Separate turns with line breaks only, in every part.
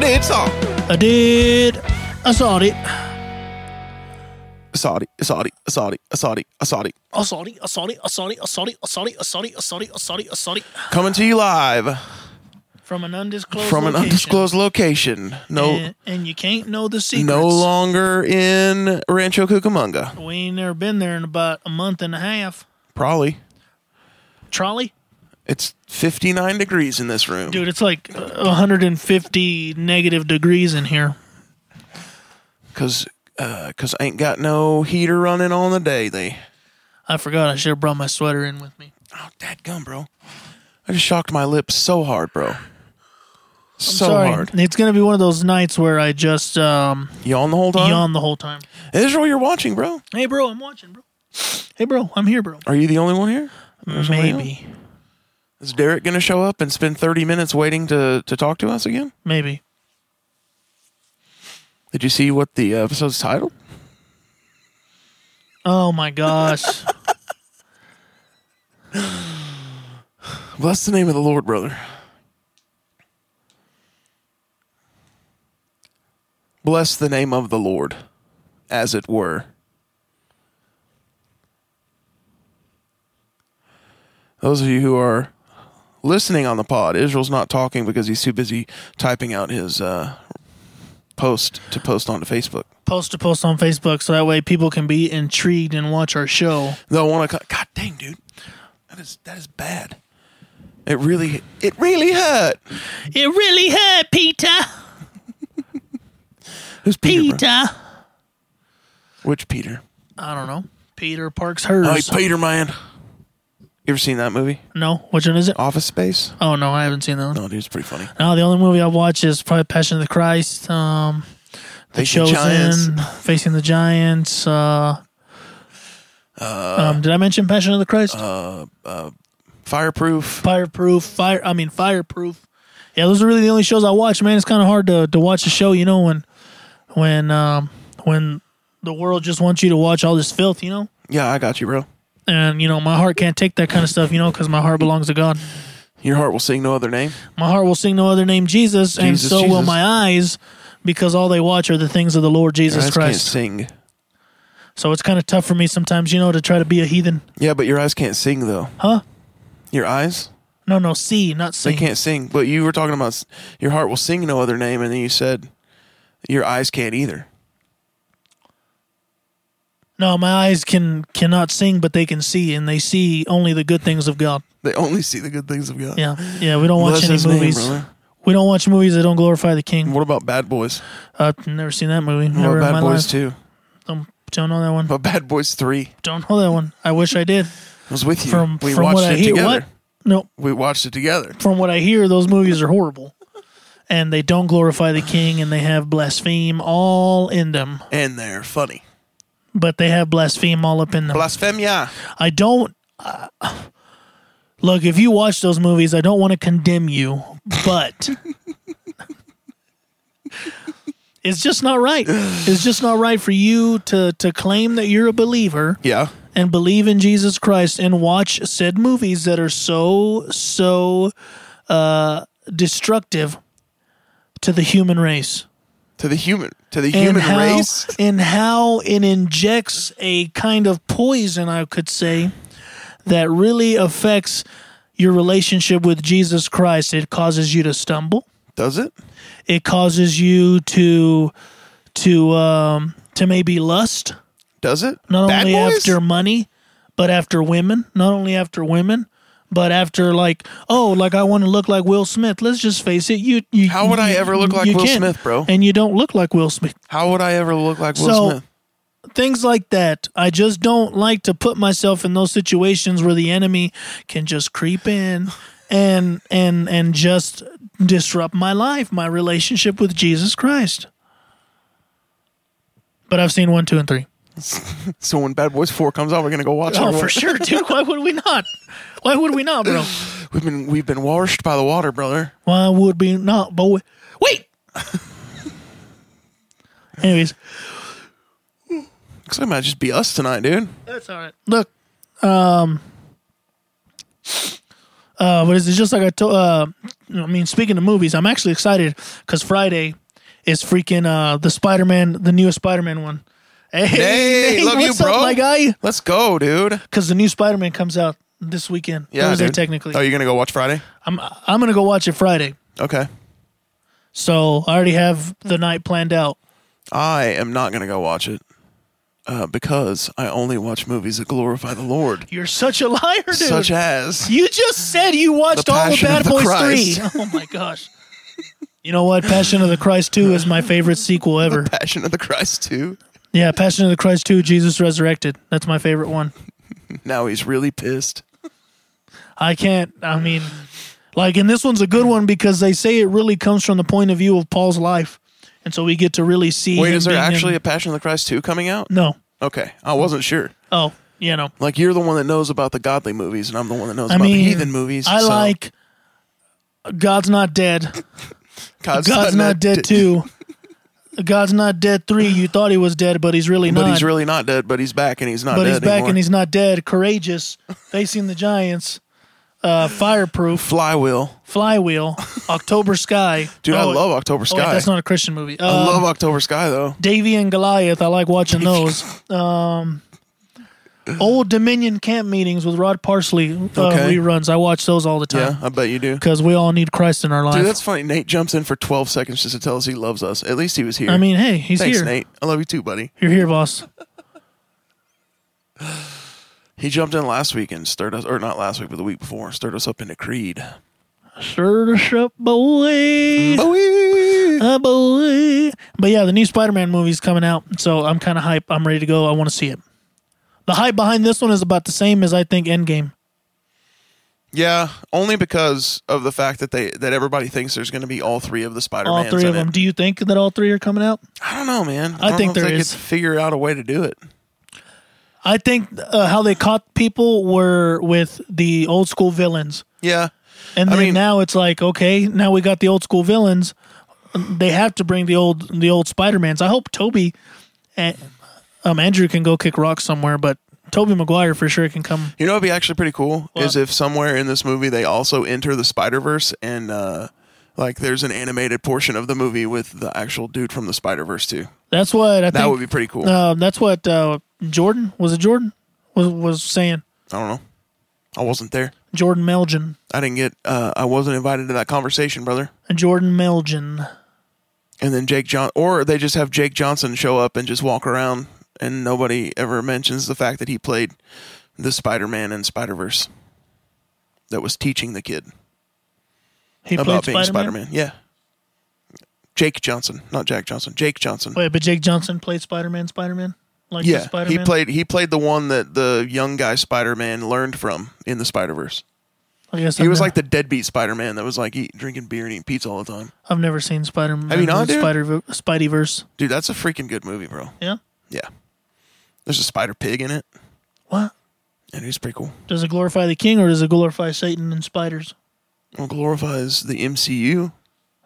Yes,
Did så.
I did. I did. I saw it.
Sorry, sorry, sorry, sorry, sorry.
I saw it. I saw it. I saw it. I saw it. I saw it. I saw it. I saw it. I saw it. I saw it.
Coming to you live
From an undisclosed
from an
location.
undisclosed location. No,
And, and you can't know the secrets.
no longer in Rancho Cucamonga.
We ain't never been there in about a month and a half.
Probably.
Trolley?
It's 59 degrees in this room.
Dude, it's like uh, 150 negative degrees in here.
Cause, uh, cause I ain't got no heater running on the daily.
I forgot I should have brought my sweater in with me.
Oh, dadgum, bro. I just shocked my lips so hard, bro. so
Sorry.
hard.
It's going to be one of those nights where I just um,
Yawn the whole time?
yawn the whole time.
Israel, you're watching, bro.
Hey, bro, I'm watching, bro. Hey, bro, I'm here, bro.
Are you the only one here? somebody
Maybe.
Is Derek going to show up and spend 30 minutes waiting to, to talk to us again?
Maybe.
Did you see what the episode's titled?
Oh, my gosh.
Bless the name of the Lord, brother. Bless the name of the Lord, as it were. Those of you who are listening on the pod, Israel's not talking because he's too busy typing out his uh, post to post onto Facebook.
post a post on Facebook so that way people can be intrigued and watch our show.
They'll want to. God dang, dude, that is that is bad. It really, it really hurt.
It really hurt, Peter.
Who's Peter? bro?
Peter. I
Which Peter?
don't know. Peter Parks
Hey,
Hers.
Peter, man. You ever seen that movie?
no, which one is it?
Office Space?
Oh no, I haven't seen that one.
No, dude, it's pretty funny.
No, the only movie I watch is probably Passion of the Christ, um, The
Facing
Chosen,
Giants.
Facing the Giants. Uh,
Uh,
um, did I mention Passion of the Christ?
Fireproof.
fireproof, fire. I mean, fireproof. Yeah, those are really the only shows I watch. Man, it's kind of hard to, to watch a show, you know, when when um, when the world just wants you to watch all this filth, you know.
Yeah, I got you, bro.
And you know, my heart can't take that kind of stuff, you know, because my heart belongs to God.
Your heart will sing no other name.
My heart will sing no other name, Jesus, and
Jesus,
so will
Jesus.
my eyes, because all they watch are the things of the Lord
Your eyes
Jesus
can't
Christ.
sing.
So it's kind of tough for me sometimes, you know, to try to be a heathen,
Yeah, but your eyes can't sing though.
huh?
Your eyes?
No, no, see, not
They
see.
can't sing. But you were talking about s- your heart will sing no other name, and then you said your eyes can't either.
No, my eyes can cannot sing, but they can see, and they see only the good things of God.
They only see the good things of God.
Yeah, yeah. We don't
Bless
watch any
his name,
movies.
brother.
we don't watch movies that don't glorify the King.
What about Bad Boys?
Uh, never seen that movie.
What
Never
about
in
Bad
my
Boys
life.
Two?
Don't, don't know that one.
What about Bad Boys Three?
Don't know that one. I wish I did.
I was with you.
From
we
from
watched
what
it
I hear,
together.
what? No,
We watched it together.
from what I hear, those movies are horrible, and they don't glorify the King, and they have blaspheme all in them.
And they're funny.
But they have blaspheme all up in them.
Blasphemia.
I don't. uh, look, if you watch those movies, I don't want to condemn you, but it's just not right. It's just not right for you to to claim that you're a believer
Yeah.
and believe in Jesus Christ and watch said movies that are so so uh, destructive to the human race
to the human to the
and
human
how,
race.
and how it injects a kind of poison, I could say, that really affects your relationship with Jesus Christ. It causes you to stumble.
Does it?
It causes you to to um, to maybe lust,
Does it?
not
Bad
only
boys?
after money, but after women. Not only after women. But after like oh like I want to look like Will Smith. Let's just face it, you, you
How would I ever look like
you
Will
can't.
Smith, bro?
And you don't look like Will Smith.
How would I ever look like Will
So-
Smith?
things like that. I just don't like to put myself in those situations where the enemy can just creep in and and and just disrupt my life, my relationship with Jesus Christ. But I've seen one, two, and three.
So when Bad Boys Four comes out, we're gonna go watch it.
Oh, for sure, dude. Why would we not? Why would we not, bro?
We've been we've been washed by the water, brother.
Why would we not, boy? Wait. Anyways,
Looks like it might just be us tonight, dude.
That's all right. Look, um, Uh, but it's just like I told. Uh, I mean, speaking of movies, I'm actually excited because Friday is freaking uh, the Spider-Man, the newest Spider-Man one. Hey,
Hey, love you,
what's up,
bro?
my guy?
Let's go, dude.
Because the new Spider-Man comes out this weekend.
Yeah,
Thursday,
dude.
technically.
Oh, you're gonna go watch Friday?
I'm I'm gonna go watch it Friday.
Okay.
So I already have the night planned out.
I am not gonna go watch it uh, because I only watch movies that glorify the Lord,
You're such a liar, dude.
such as
you just said you watched
The
all of
Passion
Bad
of the
Boys
Christ.
3. Oh my gosh. You know what? Passion of the Christ 2 is my favorite sequel ever.
Passion of the Christ too.
Yeah, Passion of the Christ 2, Jesus Resurrected. That's my favorite one.
Now he's really pissed.
I can't, I mean, like, and this one's a good one because they say it really comes from the point of view of Paul's life. And so we get to really see.
Wait,
him
is there
being in-
actually a Passion of the Christ two coming out?
No.
Okay, I wasn't sure.
Oh, you know.
Like you're the one that knows about the godly movies, and I'm the one that knows
I
about
mean,
the heathen movies.
I
so
like God's Not Dead.
God's,
God's not dead too. God's not dead three. You thought he was dead, but he's really
But
not.
he's really not dead. But he's back, and he's not.
But
dead
he's back
anymore.
and he's not dead. Courageous, facing the giants. Uh, fireproof,
flywheel.
flywheel, October sky.
Dude, I
Oh,
love October
Oh, wait,
Sky.
that's not a Christian movie. Uh,
I love October Sky though.
Davy and Goliath. I like watching those. Um, Old Dominion camp meetings with Rod Parsley uh,
Okay.
reruns. I watch those all the
Yeah,
time
I bet you do.
because we all need Christ in our life.
Dude, that's funny. Nate jumps in for 12 seconds just to tell us he loves us. At least he was here.
I mean, hey, he's
thanks,
here.
Nate. I love you too, buddy.
You're here, boss.
He jumped in last week and stirred us, or not last week, but the week before, stirred us up into Creed.
Sure, up, boy.
Bowie!
Uh, boy. But yeah, the new Spider-Man movie's coming out, so I'm kind of hype. I'm ready to go. I want to see it. The hype behind this one is about the same as I think Endgame.
Yeah, only because of the fact that they that everybody thinks there's going to be all three of the Spider
All
Mans.
three of them. Do you think that all three are coming out?
I don't know, man.
I
don't
think
know if
there
they
is.
Could figure out a way to do it.
I think uh, how they caught people were with the old school villains,
Yeah,
and
I
then
mean-
now it's like, okay, now we got the old school villains. They have to bring the old the old Spider-Mans. I hope Toby and um, Andrew can go kick rocks somewhere, but Toby Maguire for sure can come.
you know, it'd be actually pretty cool
What?
is if somewhere in this movie they also enter the Spider Verse and uh, like there's an animated portion of the movie with the actual dude from the Spider Verse too.
That's what I
That
think.
would be pretty cool.
Uh, that's what uh, Jordan was it Jordan was was saying.
I don't know. I wasn't there.
Jordan Melgen.
I didn't get. Uh, I wasn't invited to that conversation, brother.
Jordan Melgen.
And then Jake John, or they just have Jake Johnson show up and just walk around, and nobody ever mentions the fact that he played the Spider Man and Spider Verse that was teaching the kid
He
about
played
being Spider
Spider-Man.
Man. Yeah, Jake Johnson, not Jack Johnson. Jake Johnson.
Wait, but Jake Johnson played Spider-Man. Spider-Man. Like the
yeah,
Spider-Man?
he played. He played the one that the young guy Spider Man learned from in the Spider Verse.
I guess
He
I've
was
never-
like the deadbeat Spider Man that was like eat, drinking beer and eating pizza all the time.
I've never seen Spider-Man.
Have you not, dude?
Spider Spidey verse.
Dude, that's a freaking good movie, bro.
Yeah.
Yeah. There's a spider pig in it,
What
and he's pretty cool.
does it glorify the king or does it glorify Satan and spiders?
It glorifies the MCU.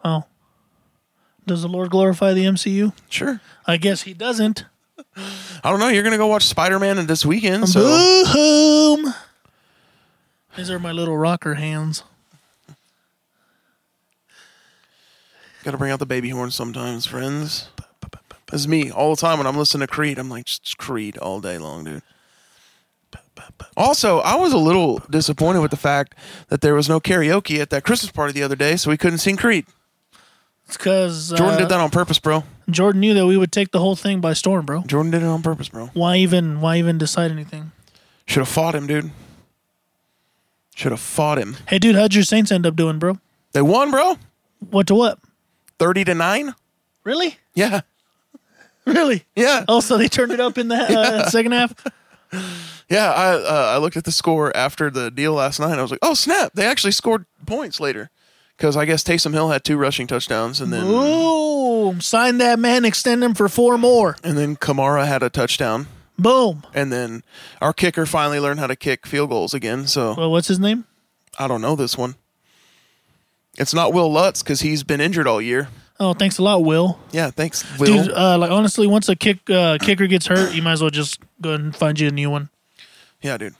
Oh, does the Lord glorify the MCU?
Sure.
I guess he doesn't.
I don't know. You're gonna go watch Spider Man this weekend, so
Boom! These are my little rocker hands.
gotta bring out the baby horn sometimes, friends. This is me all the time when I'm listening to Creed. I'm like just Creed all day long, dude. Also, I was a little disappointed with the fact that there was no karaoke at that Christmas party the other day, so we couldn't sing Creed.
It's because
Jordan did that on purpose, bro.
uh, Jordan knew that we would take the whole thing by storm, bro.
Jordan did it on purpose, bro.
Why even? Why even decide anything?
Should have fought him, dude. Should have fought him.
Hey, dude, how'd your Saints end up doing, bro?
They won, bro.
What to what?
30 to 9?
Really?
Yeah.
Really?
Yeah.
Oh, so they turned it up in the uh, second half.
Yeah, I uh, I looked at the score after the deal last night. I was like, "Oh, snap. They actually scored points later." Cuz I guess Taysom Hill had two rushing touchdowns and then
Boom! Sign that man, extend him for four more.
and then Kamara had a touchdown
Boom.
and then our kicker finally learned how to kick field goals again. So,
Well, what's his name?
I don't know this one. It's not Will Lutz cuz he's been injured all year.
Oh, thanks a lot, Will.
Yeah, thanks, Will.
Dude, uh, like honestly, once a kick uh, kicker gets hurt, you might as well just go ahead and find you a new one.
Yeah, dude.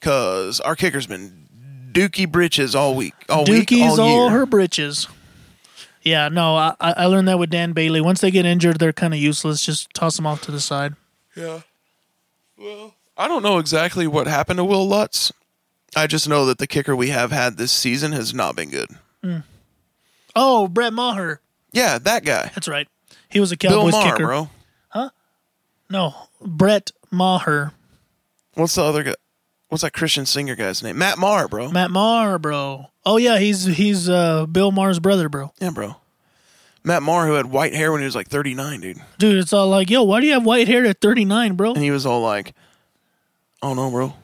Cause our kicker's been Dookie britches all week, all week,
Dookie's
all,
all
year.
her britches. Yeah, no, I, I I learned that with Dan Bailey. Once they get injured, they're kind of useless. Just toss them off to the side.
Yeah. Well, I don't know exactly what happened to Will Lutz. I just know that the kicker we have had this season has not been good.
Oh, Brett Maher.
Yeah, that guy,
That's right. He was a
Bill
Cowboys
Maher,
kicker.
bro.
No, Brett Maher.
What's the other guy? What's that Christian singer guy's name? Matt Maher, bro.
Matt Maher, bro. Oh yeah, he's he's uh, Bill Maher's brother, bro.
yeah, bro. Matt Maher, who had white hair when he was like 39, dude,
Dude, it's all like, yo, why do you have white hair at 39, bro?
and he was all like, "Oh no, bro."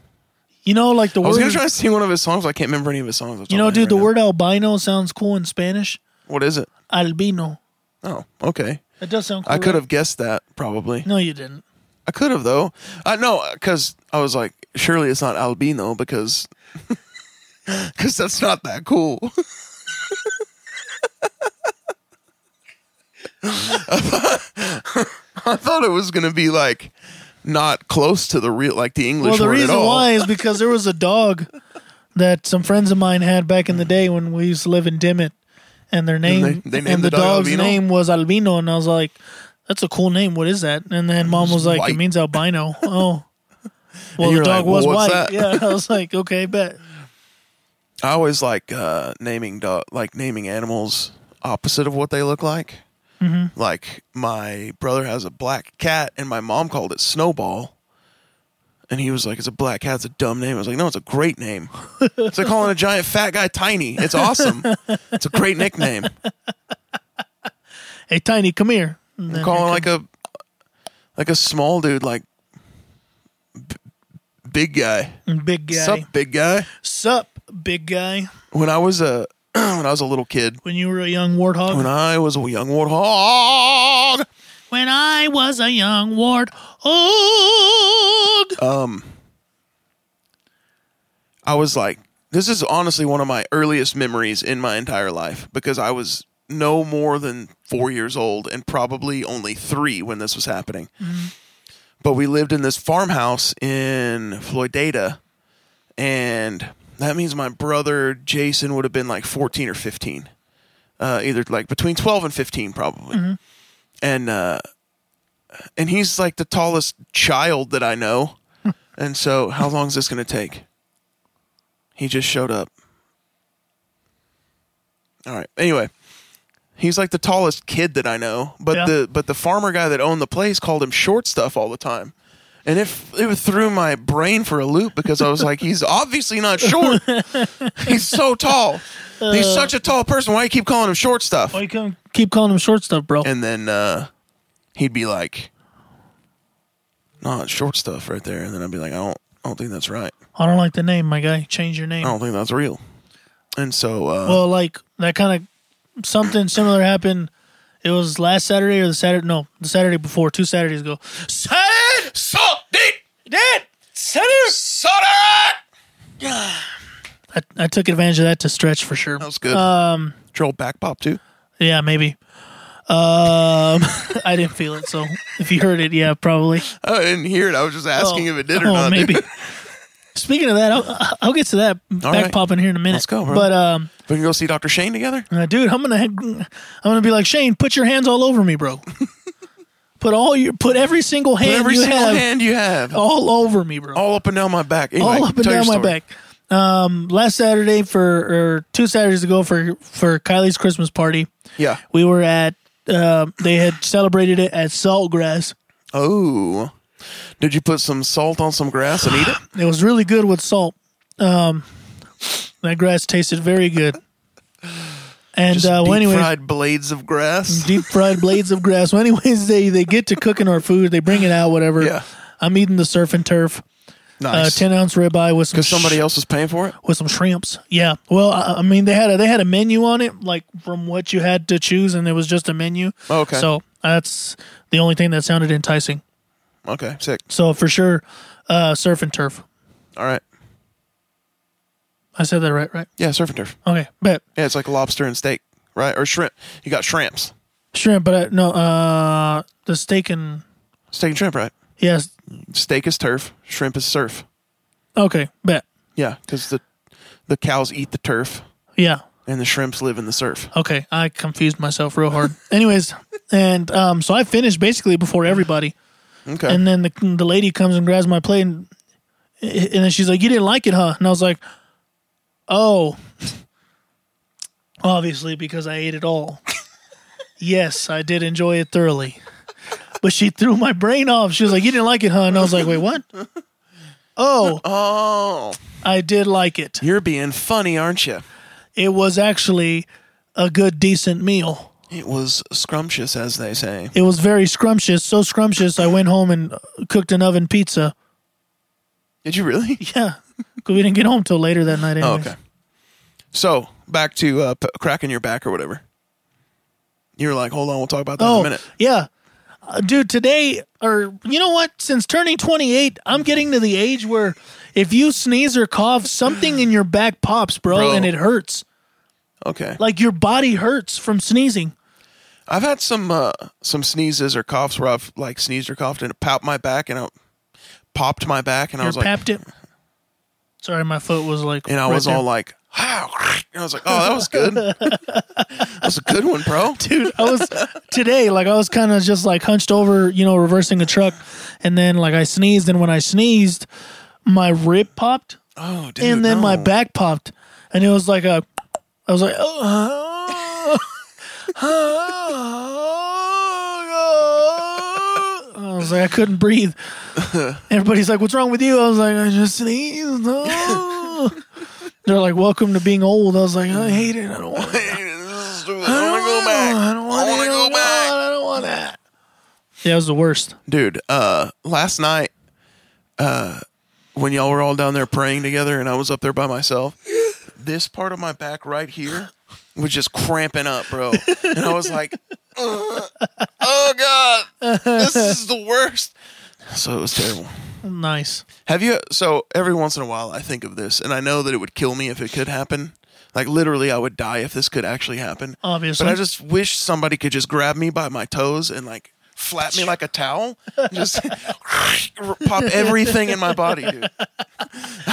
You know, like the
I was
word,
gonna try to sing one of his songs. But I can't remember any of his songs. off
you
top
know,
of my head
dude, the
right
word albino sounds cool in Spanish.
now. What is it?
Albino.
Oh, okay.
That does sound cool.
I could
right?
have guessed that probably.
No, you didn't.
I could have though. I no, because I was like, surely it's not albino because because that's not that cool. I thought it was gonna be like not close to the real, like the English
Well, the
word
reason
at all.
why is because there was a dog that some friends of mine had back in the day when we used to live in Dimmitt, and their name
they- they named
and
the
the,
dog
dog's
Albino?
name was Albino, and I was like, "That's a cool name. What is that?" And then mom was like,
white.
"It means albino." Oh, well,
you
the
were like,
dog was
"Well, what's
white.
that?"
Yeah, I was like, "Okay, bet."
I always like uh, naming dog, like naming animals opposite of what they look like.
Mm-hmm.
Like my brother has a black cat, and my mom called it Snowball, and he was like, "It's a black cat. It's a dumb name." I was like, "No, it's a great name. it's like calling a giant fat guy tiny. It's awesome. it's a great nickname.
Hey, Tiny, come here. And then
calling like a like a small dude, like b- big guy.
big guy.
Sup, big guy.
Sup, big guy.
When I was a when I was a little kid,
When you were a young warthog.
when I was a young warthog.
When I was a young warthog.
Uh, I was like, this is honestly one of my earliest memories in my entire life because I was no more than four years old and probably only three when this was happening. But we lived in this farmhouse in Floydada, and that means my brother Jason would have been like 14 or 15, uh, either like between 12 and 15, probably. And, uh, and he's like the tallest child that I know. and so, how long is this going to take? He just showed up. All right. Anyway, he's like the tallest kid that I know, but
Yeah.
the but the farmer guy that owned the place called him short stuff all the time. And it, f- it threw my brain for a loop because I was like, he's obviously not short. he's so tall. he's
Uh.
such a tall person. Why do you keep calling him short stuff?
Why you can keep calling him short stuff, bro?
and then uh, he'd be like, "No, it's short stuff right there." And then I'd be like, "I don't, I don't think that's right.
I don't like the name, my guy. Change your name.
I don't think that's real." And so, uh,
Well, like that kind of something similar happened. It was last Saturday or the Saturday? No, the Saturday before, two Saturdays ago. Saturday,
so deep,
Dad, Saturday. I, I took advantage of that to stretch for sure.
That was good. Um, Troll back pop too.
Yeah, maybe. Um, I didn't feel it, so if you heard it, yeah, probably.
I didn't hear it. I was just asking
Oh,
if it did or
oh,
not. dude.
Maybe. Speaking of that, I'll, I'll get to that
All
back
right.
pop in here in a minute.
Let's go, bro.
But um,
we can go see Doctor Shane together.
uh, dude, I'm gonna I'm gonna be like Shane. Put your hands all over me, bro. put all your put every single hand
Every
you
single
have
hand you have,
all over me, bro. All,
all up and down my back. Anyway,
up and
tell your
down my
story.
back. Um, last Saturday for or two Saturdays ago for for Kylie's Christmas party,
Yeah.
we were at. Uh, they had celebrated it at Saltgrass.
Oh, did you put some salt on some grass and eat it?
It was really good with salt. Um, that grass tasted very good. And
Just
uh, well,
deep
anyway,
fried blades of grass.
deep fried blades of grass. Well, anyways, they they get to cooking our food. They bring it out, whatever.
Yeah.
I'm eating the surf and turf, uh,
Nice.
ten ounce ribeye with some
Because somebody else was paying for it.
with some shrimps. Yeah. Well, I, I mean, they had a, they had a menu on it, like from what you had to choose, and it was just a menu.
Oh, Okay.
So that's the only thing that sounded enticing.
Okay, sick.
So for sure, uh, surf and turf.
All right.
I said that right, right?
Yeah, surf and turf.
Okay, bet.
Yeah, it's like lobster and steak, right? Or shrimp. You got shrimps.
Shrimp, but I, no, uh, the steak and
Steak and shrimp, right?
yes,
Steak is turf. Shrimp is surf.
okay, bet.
Yeah, because the the cows eat the turf
Yeah.
and the shrimps live in the surf.
Okay. I confused myself real hard. Anyways, and um, so I finished basically before everybody.
Okay.
And then the, the lady comes and grabs my plate, and, and then she's like, "You didn't like it, huh?" And I was like, "Oh, obviously because I ate it all. yes, I did enjoy it thoroughly." But she threw my brain off. She was like, "You didn't like it, huh?" And I was like, "Wait, what?" Oh,
oh,
I did like it.
you're being funny, aren't you?
It was actually a good, decent meal.
It was scrumptious, as they say.
It was very scrumptious, so scrumptious. I went home and uh, cooked an oven pizza.
Did you really?
Yeah, 'cause we didn't get home till later that night.
Oh,
Anyways.
okay. So back to uh, p- cracking your back or whatever. You were like, hold on, we'll talk about that in a minute.
Oh, Yeah. Uh, dude, today, or you know what? Since turning 28, I'm getting to the age where if you sneeze or cough, something in your back pops, bro,
Bro.
and it hurts.
Okay.
Like your body hurts from sneezing.
I've had some uh, some sneezes or coughs where I've like sneezed or coughed and it popped my back and I popped my back and I
Or
was like,
papped it. Sorry, my foot was like.
and I
right
was
there.
all like, how? And I was like, oh, that was good. that was a good one, bro.
dude i was today like i was kind of just like hunched over you know reversing a truck and then like i sneezed and when i sneezed my rib popped
Oh, dude.
and then my
no.
back popped and it was like a i was like oh, ah." I was like, I couldn't breathe. Everybody's like, "What's wrong with you?" I was like, "I just sneezed." Oh. They're like, "Welcome to being old." I was like, "I hate it. I don't want." It.
I want to go back.
I don't want
I
it.
wanna
I
go back.
don't want it. I don't want that. Yeah, it was the worst.
dude uh last night uh when y'all were all down there praying together and i was up there by myself this part of my back right here was just cramping up bro and i was like "Ugh. oh god this is the worst so it was terrible
Nice.
have you so every once in a while i think of this and i know that it would kill me if it could happen like literally i would die if this could actually happen
Obviously.
but I just wish somebody could just grab me by my toes and like flap me like a towel, just pop everything in my body, dude.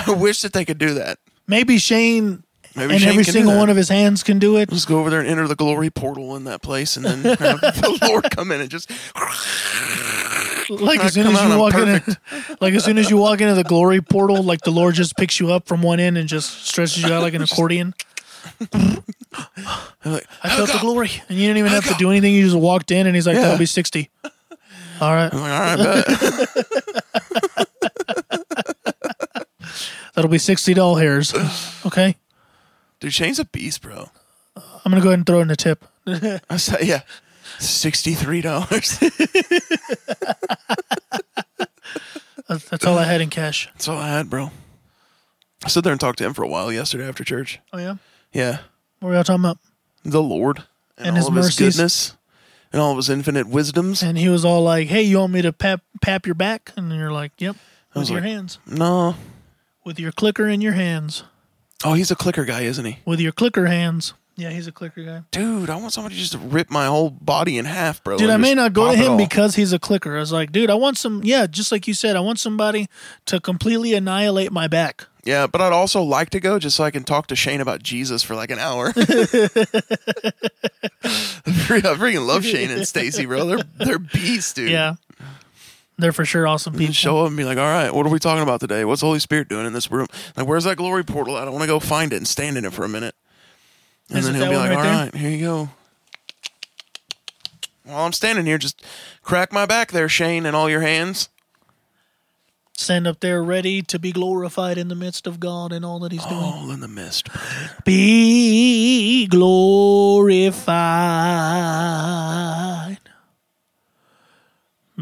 I wish that they could do that.
Maybe Shane
Maybe
and
Shane
every
can do
single
that.
one of his hands can do it.
Just go over there and enter the glory portal in that place, and then have the Lord come in and just
Like as soon
come
as
on,
you
I'm
walk in, like as soon as you walk into the glory portal, like the Lord just picks you up from one end and just stretches you out like an accordion.
I'm like,
I felt the glory, and you didn't even have to do anything. You just walked in, and he's like,
Yeah.
"That'll be 60. All right,
I'm like, all right, bet.
that'll be sixty doll hairs. Okay,
dude, Shane's a beast, bro.
I'm gonna go ahead and throw in a tip.
I said, yeah, sixty-three dollars.
That's, that's all I had in cash.
That's all I had, bro. I stood there and talked to him for a while yesterday after church.
Oh yeah,
Yeah,
what were y'all talking about?
the Lord and,
And
all
his
of his
mercies.
goodness and all of his infinite wisdoms.
And he was all like, "Hey, you want me to pap pap your back?" And you're like, "Yep, with
was
your
like-
hands,
No.
with your clicker in your hands,
Oh, he's a clicker guy, isn't he?
with your clicker hands." Yeah, he's a clicker guy.
Dude, I want somebody just to rip my whole body in half, bro.
Dude,
and
I may
just
not go
pop
to
it all.
him because he's a clicker. I was like, dude, I want some. Yeah, just like you said, I want somebody to completely annihilate my back.
Yeah, but I'd also like to go just so I can talk to Shane about Jesus for like an hour. I freaking love Shane and Stacy, bro. They're they're beasts, dude.
Yeah, they're for sure awesome people.
And show up and be like, all right, what are we talking about today? What's the Holy Spirit doing in this room? Like, where's that glory portal? at? I want to go find it and stand in it for a minute. And
Isn't
then he'll be
that one
like, all
right
right,
there?
here you go. While I'm standing here, just crack my back there, Shane, and all your hands.
Stand up there, ready to be glorified in the midst of God and all that He's doing.
All in the mist.
Be glorified.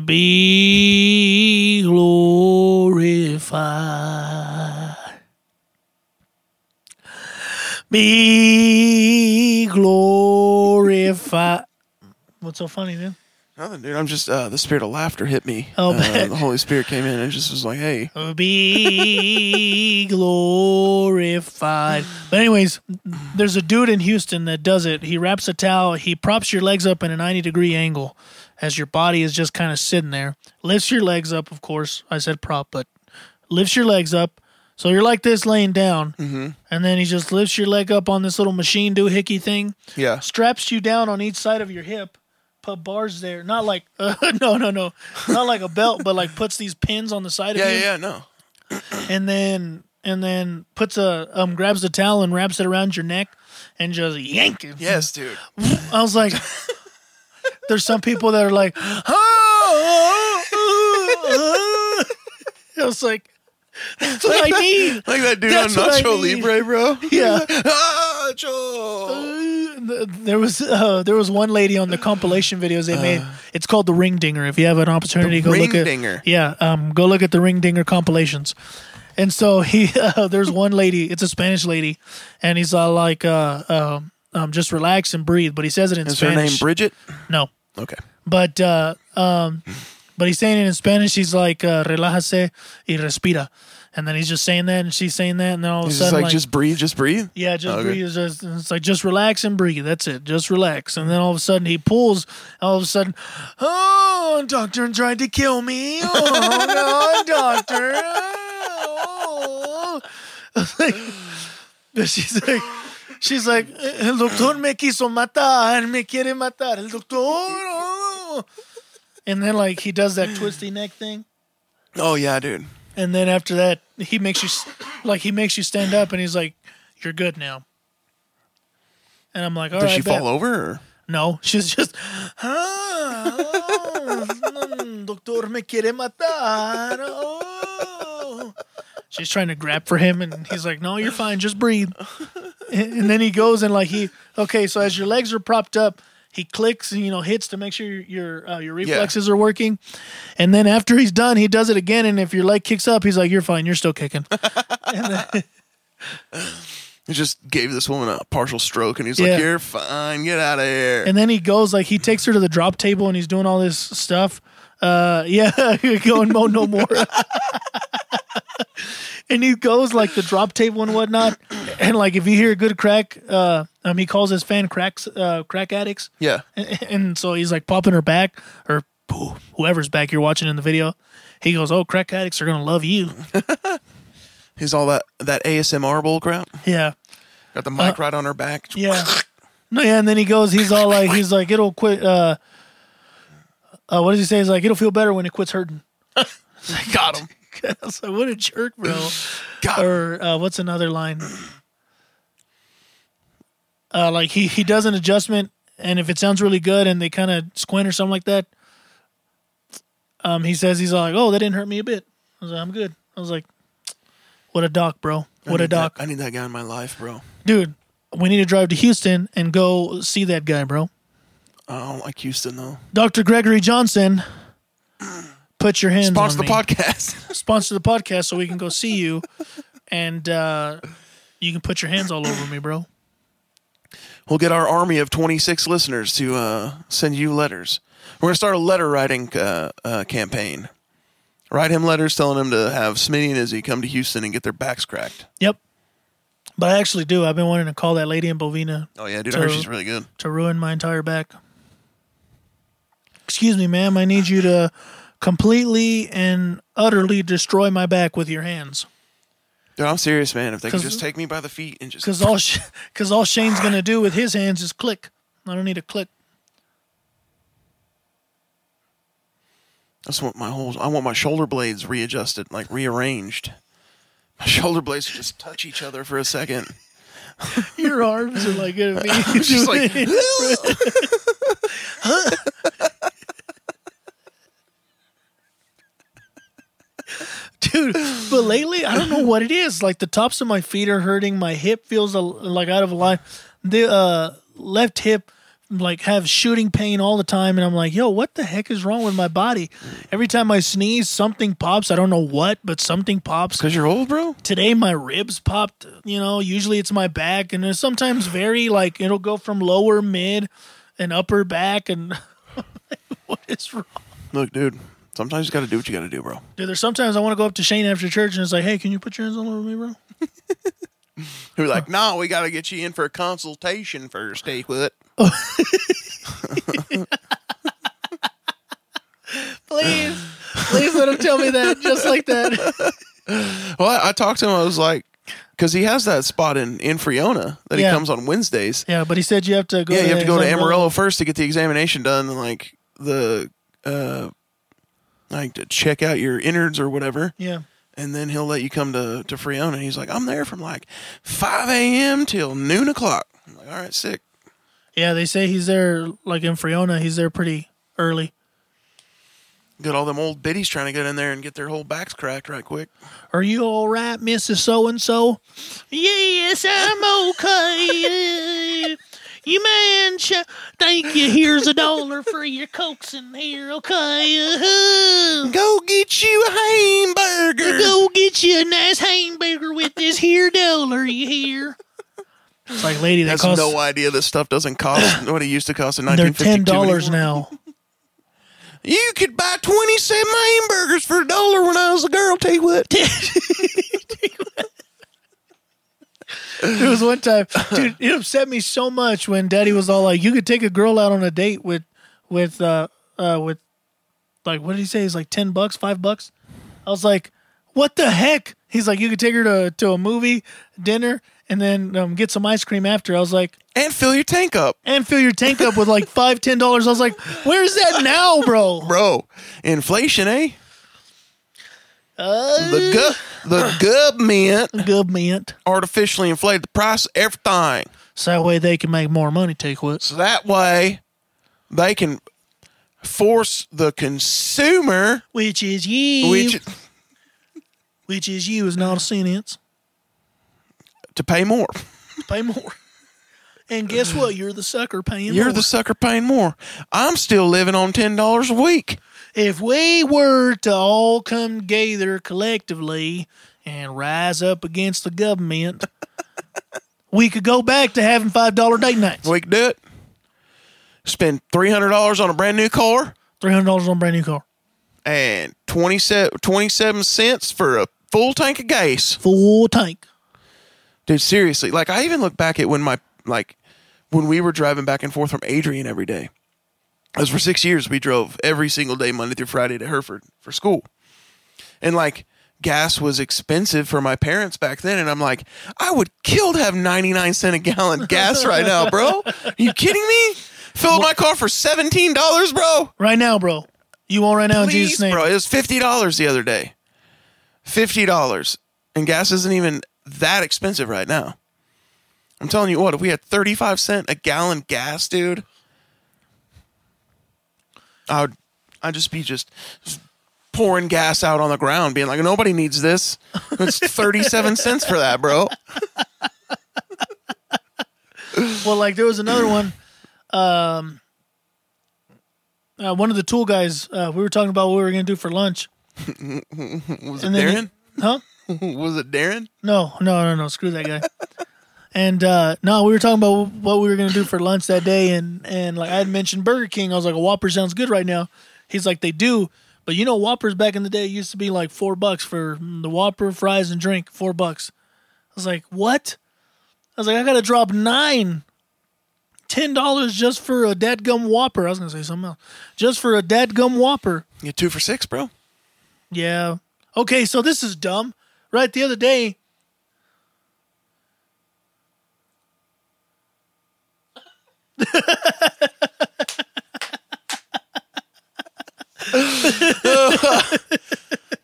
Be glorified. Be glorified. What's so funny, then?
Nothing, dude. I'm just, uh, the spirit of laughter hit me.
Oh,
Uh,
man.
The Holy Spirit came in and just was like, hey.
be glorified. But anyways, there's a dude in Houston that does it. He wraps a towel, he props your legs up in a 90 degree angle as your body is just kind of sitting there. Lifts your legs up, of course. I said prop, but lifts your legs up, So you're like this laying down,
Mm-hmm.
and then he just lifts your leg up on this little machine doohickey thing,
Yeah.
straps you down on each side of your hip, put bars there. Not like, uh, no, no, no. Not like a belt, but like puts these pins on the side
Yeah,
of you.
yeah, yeah, no.
and then and then puts a um grabs a towel and wraps it around your neck and just yank it.
Yes, dude.
I was like there's some people that are like Oh! I was like that's what I need.
Like that dude
That's
on
what I
Nacho
mean.
Libre, bro.
Yeah.
Nacho.
Uh, There was uh, there was one lady on the compilation videos they
Uh.
made. It's called the Ring Dinger. If you have an opportunity, go look at
Ringdinger.
Yeah, um, go look at the Ring Dinger compilations. And so he uh, there's one lady. It's a Spanish lady, and he's all like, uh, um um, just relax and breathe. But he says it in
Is her
Spanish.
name Bridget?
no,
Okay.
but uh, um, but he's saying it in Spanish. He's like, uh, relájase y respira. And then he's just saying that, and she's saying that, and then all of a
He's just
sudden,
like,
like
just breathe, just breathe.
yeah, just
Okay.
breathe. It's, just, it's like just relax and breathe. That's it. Just relax. And then all of a sudden he pulls. All of a sudden, oh, doctor tried to kill me. Oh no, doctor. Oh. Like, she's like, she's like, el doctor me quiso matar, me quiere matar, el doctor. oh." And then like he does that twisty neck thing.
Oh yeah, dude.
And then after that, he makes you s- like he makes you stand up, and he's like, "You're good now." And I'm like, "All
Did
right,
she
bet."
fall over? Or?
No, she's just. "Ah, mm, Doctor me quiere matar. Oh." She's trying to grab for him, and he's like, "No, you're fine. Just breathe." And and then he goes and like he okay. So as your legs are propped up, he clicks and you know hits to make sure your your, uh, your reflexes are working. And then after he's done, he does it again. And if your leg kicks up, he's like, "You're fine. You're still kicking."
He just gave this woman a partial stroke, and he's
Yeah.
like, "You're fine. Get out of here."
And then he goes like he takes her to the drop table and he's doing all this stuff. Uh, yeah, go and mow no more. and he goes like the drop table and whatnot. And like if you hear a good crack, uh, um, he calls his fan cracks, uh, crack addicts.
yeah.
And, and so he's like popping her back or who- whoever's back you're watching in the video. He goes, "Oh, crack addicts are gonna love you."
He's all that that ASMR bull crap.
Yeah.
Got the mic right on her back.
Uh, Yeah. No, yeah, and then he goes, he's all like, he's like, it'll quit. Uh, uh, what does he say? He's like, it'll feel better when it quits hurting.
Got him.
I was like, what a jerk, bro.
Got him.
or uh, what's another line? Uh, like he he does an adjustment, and if it sounds really good, and they kind of squint or something like that, um, he says he's all like, oh, that didn't hurt me a bit. I was like, I'm good. I was like, what a doc, bro. What
I
a
need that-
doc,
I need that guy in my life, bro.
dude. We need to drive to Houston and go see that guy, bro.
I don't like Houston though.
Dr. Gregory Johnson, put your hands
Sponsor
on
the
me.
podcast.
Sponsor the podcast so we can go see you, and uh, you can put your hands all over me, bro.
we'll get our army of 26 listeners to uh, send you letters. We're gonna start a letter writing uh, uh, campaign. Write him letters telling him to have Smitty and Izzy come to Houston and get their backs cracked.
Yep. But I actually do. I've been wanting to call that lady in Bovina
Oh yeah, dude, I heard
So-
she's really good.
to ruin my entire back. Excuse me, ma'am. I need you to completely and utterly destroy my back with your hands.
Dude, I'm serious, man. If they could
'Cause-
just take me by the feet and just
Because all, Sh- cause all Shane's going to do with his hands is click. I don't need a click.
That's what my whole. I want my shoulder blades readjusted, like rearranged. My shoulder blades just touch each other for a second.
Your arms are like going to be.
It's just like
dude. But lately, I don't know what it is. Like the tops of my feet are hurting. My hip feels a, like out of line. The uh, left hip like have shooting pain all the time, and I'm like, yo, what the heck is wrong with my body? Every time I sneeze, something pops. I don't know what, but something pops.
because you're old, bro.
Today my ribs popped. You know, usually it's my back, and it's sometimes very like it'll go from lower mid and upper back, and what is wrong?
Look, dude. Sometimes you got to do what you got to do, bro.
Dude, there's sometimes I want to go up to Shane after church and it's like, hey, can you put your hands all over me, bro?
He'll be like, "No, we got to get you in for a consultation first, take with it."
Please, please let him tell me that just like that.
Well, I, I talked to him. I was like, because he has that spot in in Friona that
Yeah.
he comes on Wednesdays.
Yeah, but he said you have to go.
Yeah, you have to go to
Amarillo.
Amarillo first to get the examination done, and like the uh, like to check out your innards or whatever.
Yeah,
And then he'll let you come to to Friona. He's like, I'm there from like 5 a.m. till noon o'clock. I'm like, all right, sick.
yeah. They say he's there, like in Friona. He's there pretty early,
Got all them old biddies trying to get in there and get their whole backs cracked right quick.
Are you all right, Mrs. So and so? Yes, I'm okay. you man, sh- thank you. Here's a dollar for your coaxing here, okay? Uh-huh.
Go get you a hamburger.
Go get you a nice hamburger with this here dollar, you hear? It's like, lady, that
Has
costs
no idea this stuff doesn't cost what it used to cost in
they're
1952.
ten dollars
anymore.
now.
You could buy 27 hamburgers for a dollar when I was a girl. Tell you what.
It was one time, dude. It upset me so much when Daddy was all like, "You could take a girl out on a date with, with, uh, uh, with, like, what did he say? It's like ten bucks, five bucks." I was like, "What the heck?" He's like, "You could take her to to a movie, dinner, and then um, get some ice cream after." I was like,
and fill your tank up.
"And fill your tank up with like five, ten dollars." I was like, "Where's that now, bro?"
Bro, inflation, eh?
Uh,
The, gu- the government
good mint,
artificially inflated the price of everything.
so that way they can make more money. Take what?
So that way they can force the consumer,
Which is you?
which
which is you is not a sentence.
to pay more.
pay more. And guess what? You're the sucker paying
You're
more.
the sucker paying more. I'm still living on $10 a week.
if we were to all come together collectively and rise up against the government, we could go back to having five dollar date nights,
We can do it. Spend $300 on a brand new car.
three hundred dollars on a brand new car,
and 27, 27 cents for a full tank of gas.
full tank.
Dude, seriously. Like I even look back at when my like when we were driving back and forth from Adrian every day. Because for six years we drove every single day, Monday through Friday to Hereford for school. And like gas was expensive for my parents back then. And I'm like, I would kill to have 99 cent a gallon gas right now, bro. you kidding me? Filled my car for $17, bro.
Right now, bro. You want right now in
Please,
Jesus' name?
bro. It was fifty dollars the other day. Fifty dollars, and gas isn't even that expensive right now. I'm telling you what, if we had thirty-five cent a gallon gas, dude, I would, I'd just be just just pouring gas out on the ground, being like, nobody needs this. It's thirty-seven cents for that, bro.
Well, like there was another one. Um, uh, one of the tool guys uh, we were talking about what we were gonna do for lunch,
Was it
and
Darren?
then he- huh?
Was it Darren?
No, no, no, no. Screw that guy. and uh, no, we were talking about what we were gonna do for lunch that day, and and like I had mentioned Burger King. I was like, a Whopper sounds good right now. He's like, they do, but you know, Whoppers back in the day used to be like four bucks for the Whopper, fries, and drink. Four bucks. I was like, what? I was like, I gotta drop nine. Ten dollars just for a dadgum whopper. I was gonna say something else. Just for a dadgum whopper.
You two for six, bro.
Yeah. Okay, so this is dumb. Right the other day.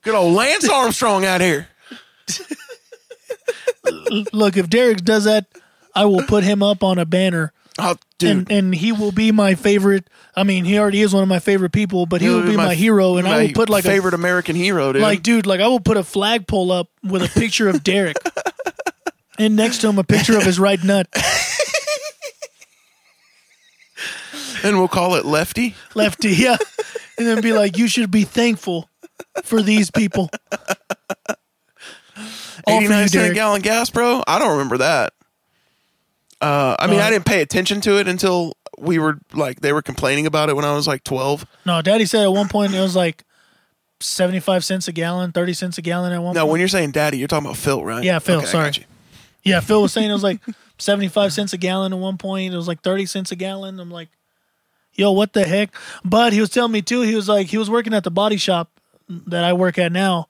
Good old Lance Armstrong out here.
Look, if Derek does that, I will put him up on a banner.
Oh, dude.
And, and he will be my favorite. I mean, he already is one of my favorite people, but he will be my, hero. And I
my
will put like
favorite American hero, dude.
a like dude, like I will put a flagpole up with a picture of Derek, and next to him a picture of his right nut,
and we'll call it Lefty.
lefty, yeah, and then be like, you should be thankful for these people. All for you,
89 cent a
Derek.
gallon gas, bro. I don't remember that. Uh, I mean,
Uh,
I didn't pay attention to it until we were like they were complaining about it when I was like twelve.
No, Daddy said at one point it was like seventy-five cents a gallon, thirty cents a gallon at one.
No,
point.
when you're saying daddy, you're talking about Phil, right?
Yeah, Phil,
Okay, I
sorry.
got you.
Yeah, Phil was saying it was like 75 cents a gallon at one point. It was like 30 cents a gallon. I'm like, yo, what the heck? But he was telling me too, he was like, he was working at the body shop that I work at now.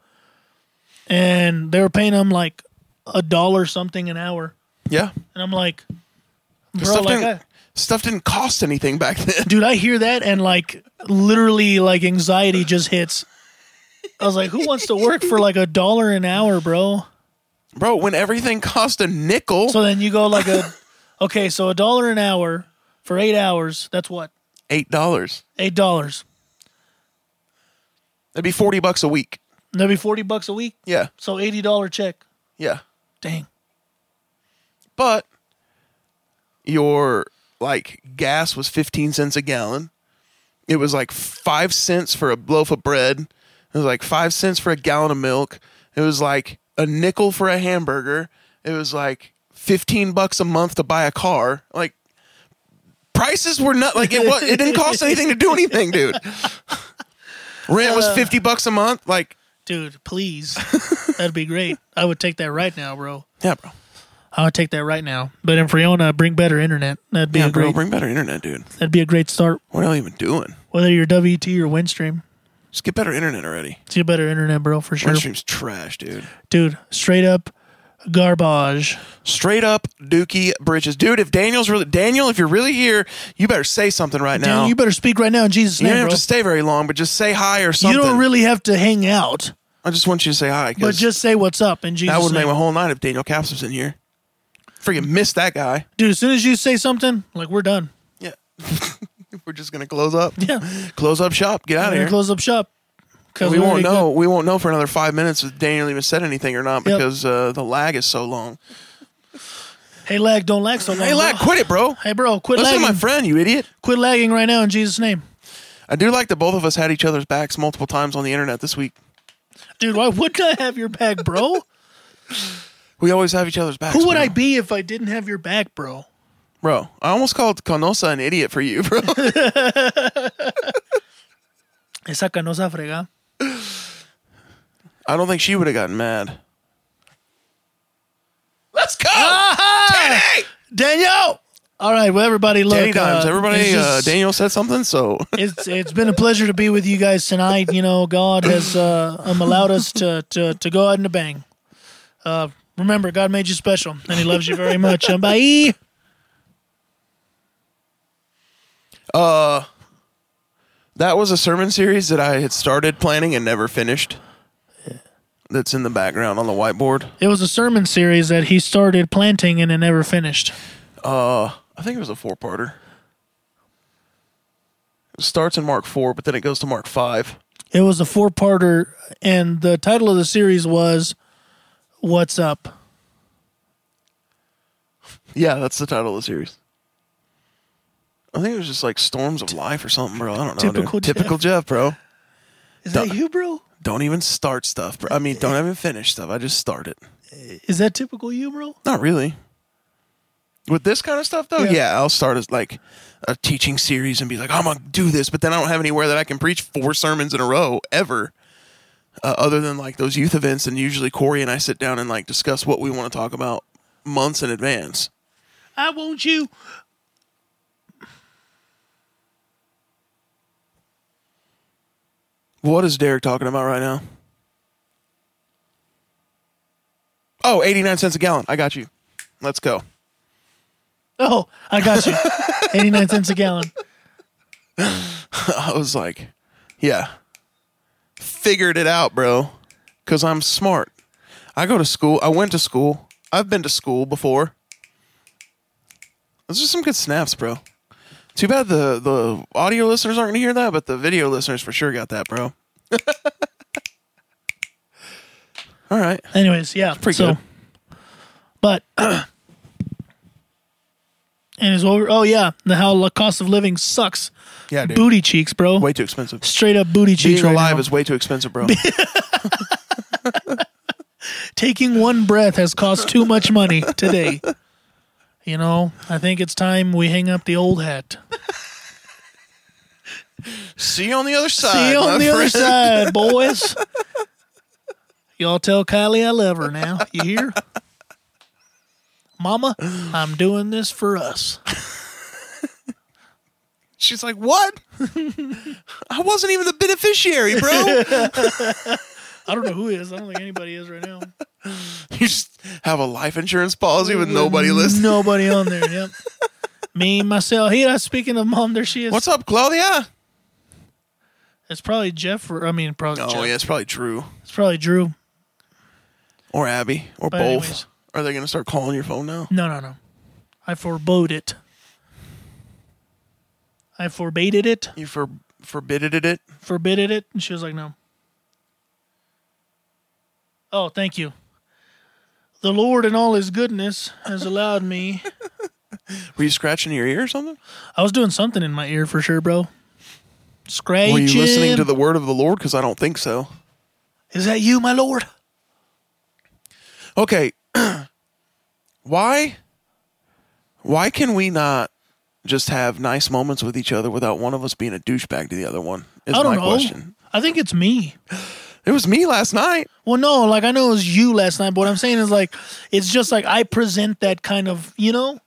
and they were paying him like a dollar something an hour,
Yeah.
and I'm like, bro,
stuff,
like,
didn't,
I-
stuff didn't cost anything back then.
dude, I hear that and like literally like anxiety just hits. I was like, who wants to work for like a dollar an hour, bro?
Bro, when everything cost a nickel,
So then you go like a, okay, so a dollar an hour for eight hours. That's what
$8.
eight dollars.
That'd be 40 bucks a week.
That'd be forty bucks a week.
Yeah.
So eighty dollar check.
Yeah.
Dang.
But your like gas was 15 cents a gallon. It was like 5 cents for a loaf of bread. It was like 5 cents for a gallon of milk. It was like a nickel for a hamburger. It was like 15 bucks a month to buy a car. Like prices were not like it was it didn't cost anything to do anything, dude. Rent was 50 bucks a month like
Dude, please. That'd be great. I would take that right now, bro.
yeah, bro.
I would take that right now. But in Friona, bring better internet. That'd be
Yeah,
a
bro,
great.
bring better internet, dude.
that'd be a great start.
What are you even doing?
Whether you're WT or Windstream,
Just get better internet already.
see better internet, bro, for sure.
Windstream's trash, dude.
Dude, straight up garbage.
Straight up Dookie Bridges, dude. If Daniel's really Daniel, if you're really here, you better say something right now.
Dude, you
you,
better speak right now in Jesus'
don't
name,
have
bro.
to stay very long, but just say hi or
You
something.
don't really have to hang out,
I just want you to say hi,
but
because
just say what's up in Jesus'
that would make
name.
my whole night if Daniel Caps was in here. Freaking missed that guy.
Dude, as soon as you say something, like we're done.
Yeah, we're just gonna close up.
Yeah.
close up shop. Get out
We're
of
gonna
here.
close up shop. 'Cause
we
we're
won't
already
know. We won't know for another five minutes if Daniel even said anything or not
Yep.
because uh, the lag is so long.
good. Hey lag, don't lag so long.
Hey, lag,
bro.
quit it, bro.
Hey bro, quit
Listen
lagging.
to my friend, you idiot.
quit lagging right now in Jesus' name.
I do like that both of us had each other's backs multiple times on the internet this week.
Dude, why wouldn't I have your back, bro?
We always have each other's backs.
Who would
bro.
I be if I didn't have your back, bro?
Bro, I almost called Conosa an idiot for you, bro.
Esa canosa frega.
I don't think she would have gotten mad. Let's go! Danny!
Daniel! All right, well, everybody, look.
Danny Dimes.
uh,
Everybody,
it's
uh,
just-
Daniel said something, so
It's, it's been a pleasure to be with you guys tonight. You know, God has uh, um, allowed us to, to, to go out and to bang. Uh, remember, God made you special, and He loves you very much. Um, Bye.
that was a sermon series that I had started planning and never finished. That's in the background on the whiteboard.
It was a sermon series that he started planting and it never finished.
I think it was a four parter. It starts in Mark 4, but then it goes to Mark 5.
It was a four parter, and the title of the series was What's Up?
Yeah, that's the title of the series. I think it was just like Storms of Life or something, bro. I don't know. dude.
Typical Jeff.
Typical Jeff, bro.
Is
Duh.
that you, bro?
Don't even start stuff, bro. I mean, don't even finish stuff. I just start it.
Is that typical you, bro?
Not really. With this kind of stuff, though, yeah,
Yeah.
I'll start as like a teaching series and be like, I'm gonna do this, but then I don't have anywhere that I can preach four sermons in a row ever, uh, other than like those youth events. And usually Corey and I sit down and like discuss what we want to talk about months in advance.
I want you.
What is Derek talking about right now? Oh, 89 cents a gallon. I got you. Let's go.
Oh, I got you. 89 cents a gallon.
I was like, yeah. Figured it out, bro. Because I'm smart. I go to school. I went to school. I've been to school before. Those are some good snaps, bro. Too bad the, the audio listeners aren't going to hear that, but the video listeners for sure got that, bro. All right.
Anyways, yeah.
pretty
so,
good.
But, and it's over. Oh, yeah. The how the cost of living sucks.
Yeah, dude.
Booty cheeks, bro.
Way too expensive.
Straight up booty cheeks.
Being
Right
alive
now.
is way too expensive, bro.
taking one breath has cost too much money today. You know, I think it's time we hang up the old hat.
See you on the other side.
See you on
my
the other
friend.
side, boys. Y'all tell Kylie I love her now. You hear? Mama, I'm doing this for us.
She's like, "What? I wasn't even the beneficiary, bro."
I don't know who is. I don't think anybody is right now.
You just have a life insurance policy with nobody listening.
Nobody on there. Yep. Me, myself, he. Speaking of mom, there she is.
What's up, Claudia?
It's probably Jeff. Or, I mean, probably.
Oh,
Jeff.
yeah, it's probably true.
It's probably Drew.
Or Abby. Or
But
both.
anyways.
Are they going to start calling your phone now?
No, no, no. I forebode it. I forbade it.
You for- forbidded it?
Forbidded it, and she was like, "No." Oh, thank you. The Lord, in all His goodness, has allowed me.
Were you scratching your ear or something?
I was doing something in my ear for sure, bro. Scratching.
Were you listening to the word of the Lord? Because I don't think so.
Is that you, my Lord?
Okay. why? Why can we not just have nice moments with each other without one of us being a douchebag to the other one? Is
I
my
don't know.
question.
I think it's me.
It was me last night.
Well, no, like I know it was you last night, but what I'm saying is like it's just like I present that kind of you know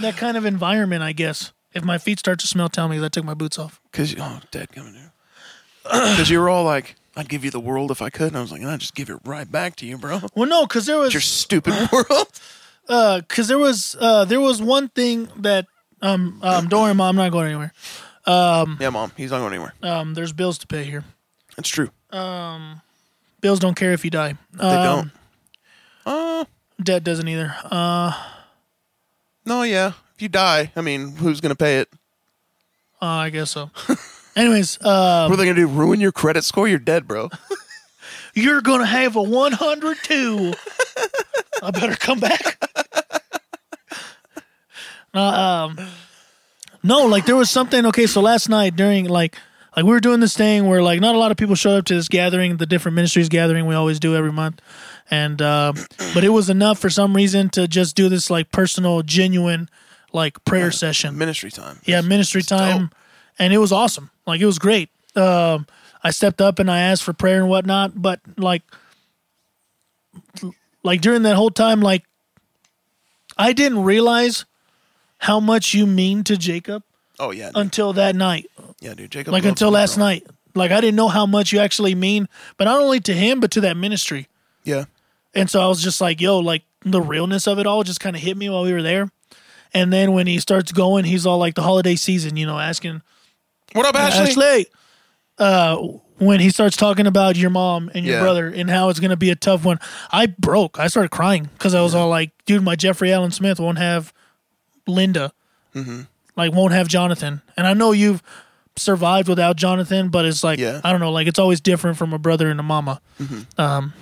that kind of environment, I guess. If my feet start to smell, tell me 'cause I took my boots off.
Cause you- oh, dad coming here. Cause you were all like, "I'd give you the world if I could," and I was like, "I just give it right back to you, bro."
Well, no, because there was
Your stupid world.
because there was uh, there was one thing that um um don't worry, mom, I'm not going anywhere.
yeah, mom, he's not going anywhere.
Um, there's bills to pay here.
That's true.
Bills don't care if you die.
They
Um,
don't. Uh,
Dad doesn't either. Uh,
No, yeah. If you die, I mean, who's gonna pay it?
uh, I guess so. Anyways, uh,
What are they gonna do? Ruin your credit score? You're dead, bro.
you're gonna have a 102. I better come back. Uh, um, no, like there was something. Okay, so last night during like like we were doing this thing where like not a lot of people showed up to this gathering, the different ministries gathering we always do every month, and uh, but it was enough for some reason to just do this like personal, genuine like prayer session.
Ministry time.
Yeah, ministry time,
dope.
and it was awesome. Like it was great. Um, I stepped up and I asked for prayer and whatnot, but like, like during that whole time, like, I didn't realize how much you mean to Jacob
Oh yeah, dude.
until that night.
yeah, dude. Jacob.
Like
loves
until
me,
last
bro.
night. Like I didn't know how much you actually mean, but not only to him, but to that ministry.
Yeah.
And so I was just like, yo, like the realness of it all just kind of hit me while we were there. And then when he starts going, he's all like the holiday season, you know, asking
What up, Ashley?
Ashley. Uh, when he starts talking about your mom and your
Yeah.
brother and how it's gonna be a tough one, I broke. I started crying because I was all like, "Dude, my Jeffrey Allen Smith won't have Linda,
Mm-hmm.
like won't have Jonathan." And I know you've survived without Jonathan, but it's like
Yeah. Mm-hmm.
I don't know, like it's always different from a brother and a mama. Um,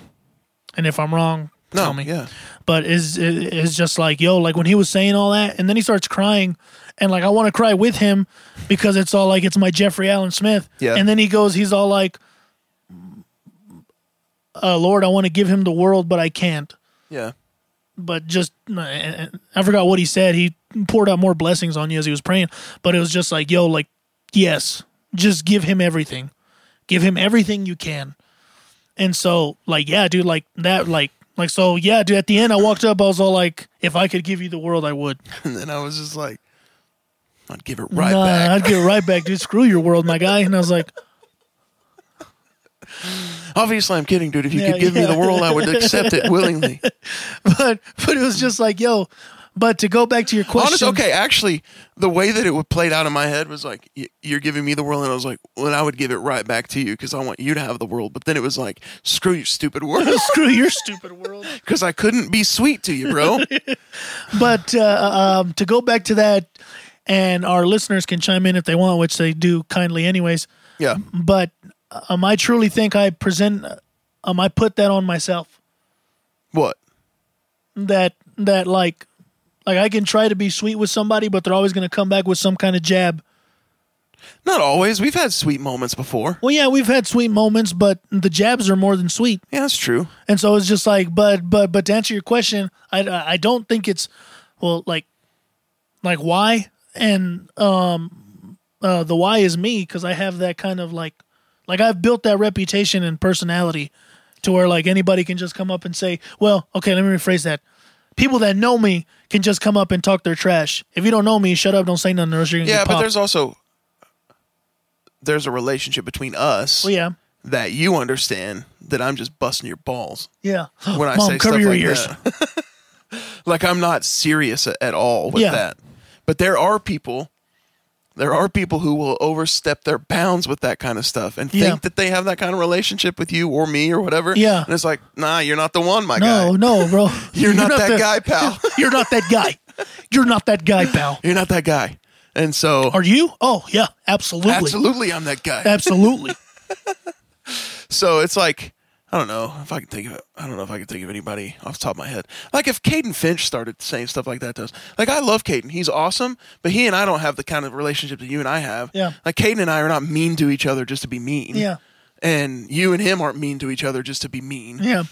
and if I'm wrong,
No,
tell me
yeah.
but is is just like yo like when he was saying all that and then he starts crying and like i want to cry with him because it's all like it's my jeffrey allen smith
Yeah.
and then he goes he's all like uh, lord i want to give him the world but i can't
Yeah.
but just i forgot what he said he poured out more blessings on you as he was praying but it was just like yo like yes just give him everything give him everything you can and so like yeah dude like that like like so yeah dude at the end i walked up i was all like if i could give you the world i would
And then I was just like, I'd give it right
Nah,
back.
i'd get right back dude screw your world my guy and i was like
Obviously, I'm kidding, dude. If you
Yeah,
could give
yeah.
me the world, I would accept it willingly.
but but it was just like yo but to go back to your question
Honest, okay, actually, the way that it would played out in my head was like, y- you're giving me the world, and I was like, well, I would give it right back to you because I want you to have the world. But then it was like, screw you, stupid world,
screw your stupid world
because I couldn't be sweet to you, bro.
but uh, um, to go back to that, and our listeners can chime in if they want, which they do kindly, anyways.
yeah,
But um, I truly think I present, um, I put that on myself.
what?
That that like, like I can try to be sweet with somebody, but they're always going to come back with some kind of jab.
Not always. We've had sweet moments before.
Well, yeah, we've had sweet moments, but the jabs are more than sweet.
Yeah, that's true.
And so it's just like, but but but to answer your question, I I I don't think it's well like like why and um uh the why is me because I have that kind of like like I've built that reputation and personality to where like anybody can just come up and say, well, okay, let me rephrase that. People that know me can just come up and talk their trash. If you don't know me, shut up, don't say nothing, or else you're gonna
Yeah,
get
but
popped.
there's also there's a relationship between us.
well, Oh, yeah,
that you understand that I'm just busting your balls
Yeah.
when I
Oh, Mom,
say
cover
stuff
your
like
ears.
that. like I'm not serious a- at all with
Yeah.
that. But there are people there are people who will overstep their bounds with that kind of stuff and
Yeah.
think that they have that kind of relationship with you or me or whatever.
Yeah.
And it's like, nah, you're not the one, my guy.
No, no, bro.
You're, not, that
the-
guy, pal.
You're not that guy. You're not that guy, pal.
you're not that guy. And so
Are you? Oh, yeah, absolutely.
absolutely I'm that guy.
Absolutely.
So it's like I don't know if I can think of it. I don't know if I can think of anybody off the top of my head. Like if Caden Finch started saying stuff like that to us. Like I love Caden. He's awesome, but he and I don't have the kind of relationship that you and I have.
Yeah.
Like Caden and I are not mean to each other just to be mean.
Yeah.
And you and him aren't mean to each other just to be mean.
Yeah.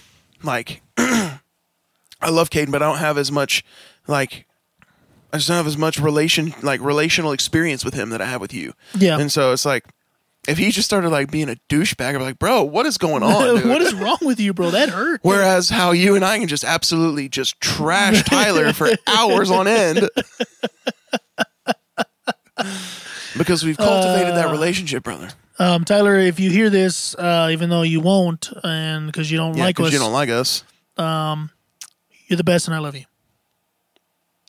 Like I love Caden, but I don't have as much like I just don't have as much relation like relational experience with him that I have with you.
Yeah.
And so it's like if he just started like being a douchebag, I'm like, bro, what is going on? Oh, dude?"
what is wrong with you, bro? That hurt.
Whereas how you and I can just absolutely just trash Tyler for hours on end. because we've cultivated
Uh,
that relationship, brother.
Um, Tyler, if you hear this, uh, even though you won't, and because you don't
Yeah,
like us,
because you don't like us.
you're the best, and I love you.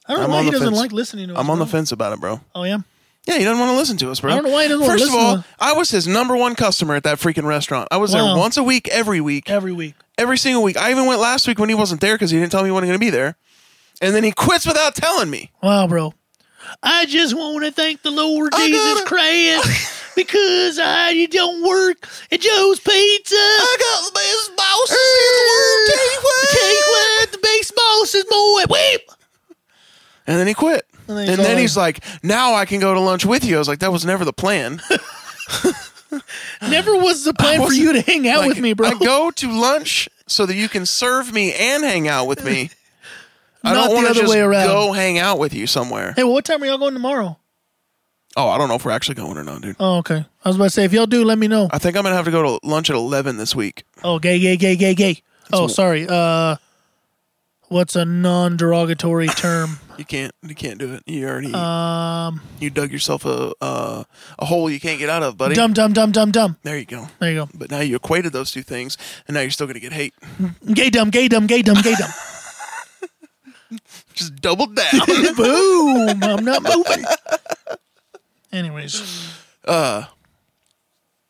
I don't
I'm
know why
on
he
the
doesn't
fence.
like listening to us.
I'm on the
bro.
fence about it, bro.
Oh yeah.
Yeah, he doesn't want to listen to us, bro.
I don't know why he doesn't wanna
First of
listen
all,
to us.
I was his number one customer at that freaking restaurant. I was
Wow.
there once a week, every week,
Every week.
every single week. I even went last week when he wasn't there because he didn't tell me when he was going to be there. And then he quits without telling me.
Wow, bro. I just want to thank the Lord
I
Jesus
gotta-
Christ because I don't work at Joe's Pizza.
I got the best boss in the world. Tell you what.
Tell you what, the big boss is more whip.
And then he quit.
And
And,
then he's
then
all-
he's like, now I can go to lunch with you. I was like, that was never the plan.
Never was the plan for
wasn't-
you to hang out
Like,
with me, bro.
I go to lunch so that you can serve me and hang out with me. I
Not the
don't want to
other
just
way around.
go hang out with you somewhere.
hey, well, what time are y'all going tomorrow?
Oh, I don't know if we're actually going or not, dude.
Oh, okay. I was about to say, if y'all do, let me know.
I think I'm going to have to go to lunch at 11 this week.
Oh, gay, gay, gay, gay, gay. Oh, sorry. Uh, what's a non-derogatory term?
You can't you can't do it. You already um, you dug yourself a uh, a hole you can't get out of, buddy.
dumb, dumb, dumb, dumb, dumb.
There you go.
There you
But now you equated those two things and now you're still going to get hate.
go. Gay, dumb, gay, dumb, gay, dumb, gay, dumb.
Just double down.
Boom! I'm not moving. Anyways,
I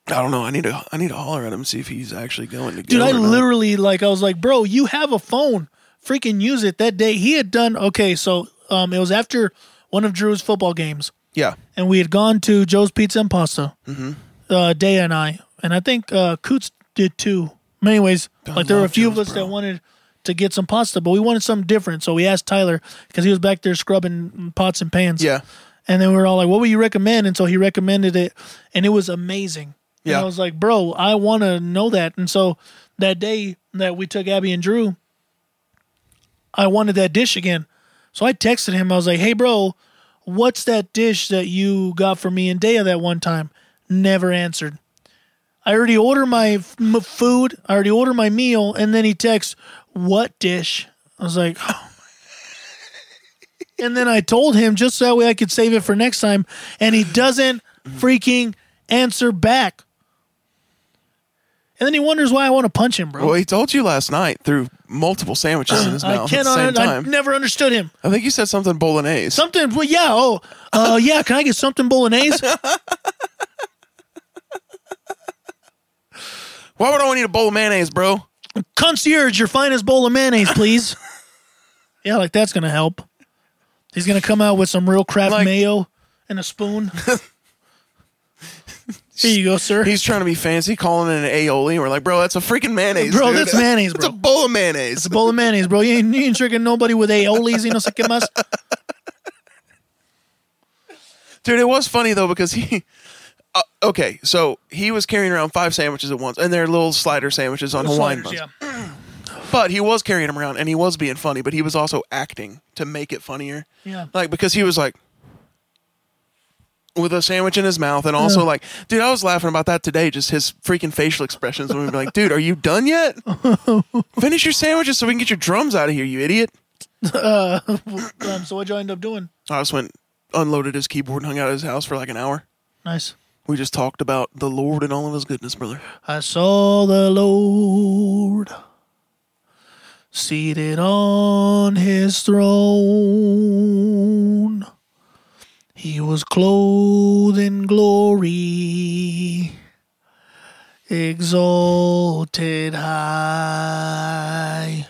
don't know. I need to. I need to holler at him and see if he's actually going to.
dude,
go
I
or not.
literally like I was like, bro, you have a phone. Freaking use it. That day he had done okay. So um, it was after one of Drew's football games.
Yeah.
and we had gone to Joe's Pizza and Pasta.
Mm-hmm.
Uh, Daya and I, and I think uh, Coots did too. But anyways, like there were a
love
few of
Joe's,
us
bro.
that wanted to get some pasta, but we wanted something different. So we asked Tyler because he was back there scrubbing pots and pans.
Yeah.
And then we were all like, "What would you recommend?" And so he recommended it, and it was amazing. And
Yeah.
I was like, "Bro, I want to know that." And so that day that we took Abby and Drew, I wanted that dish again. So I texted him. I was like, "Hey, bro, what's that dish that you got for me and Dea that one time?" Never answered. I already ordered my f- m- food. I already ordered my meal, and then he texts, "What dish?" I was like, "Oh and then I told him just so that way I could save it for next time, and he doesn't freaking answer back. And then he wonders why I want to punch him, bro.
Well, he told you last night through multiple sandwiches in his
I
mouth at the same
cannot. I
time.
never understood him.
I, think you said something bolognese.
Something. Well, yeah. Oh, uh, yeah. Can I get something bolognese?
Why would I want to eat a bowl of mayonnaise, bro?
Concierge, your finest bowl of mayonnaise, please. yeah, like that's gonna help. He's gonna come out with some real craft
Like-
mayo and a spoon. Here you go, sir.
He's trying to be fancy, calling it an aioli. We're like, bro, that's a freaking mayonnaise,
Bro,
dude.
that's mayonnaise,
It's a
bro.
bowl of mayonnaise.
It's a bowl of mayonnaise, bro. You ain't, you ain't tricking nobody with aiolis, you know, sé qué más.
Dude, it was funny though because he. Uh, okay, so he was carrying around five sandwiches at once, and they're little slider sandwiches on Hawaiian buns.
Sliders, yeah.
But he was carrying him around, and he was being funny, but he was also acting to make it funnier.
Yeah.
like because he was like with a sandwich in his mouth and also like dude i was laughing about that today just his freaking facial expressions when we'd be like dude are you done yet finish your sandwiches so we can get your drums out of here you idiot
Um, so what'd y'all end up doing?
i just went unloaded his keyboard and hung out at his house for like an hour
Nice.
We just talked about the Lord and all of his goodness, brother.
I saw the Lord seated on his throne. He was clothed in glory, exalted high.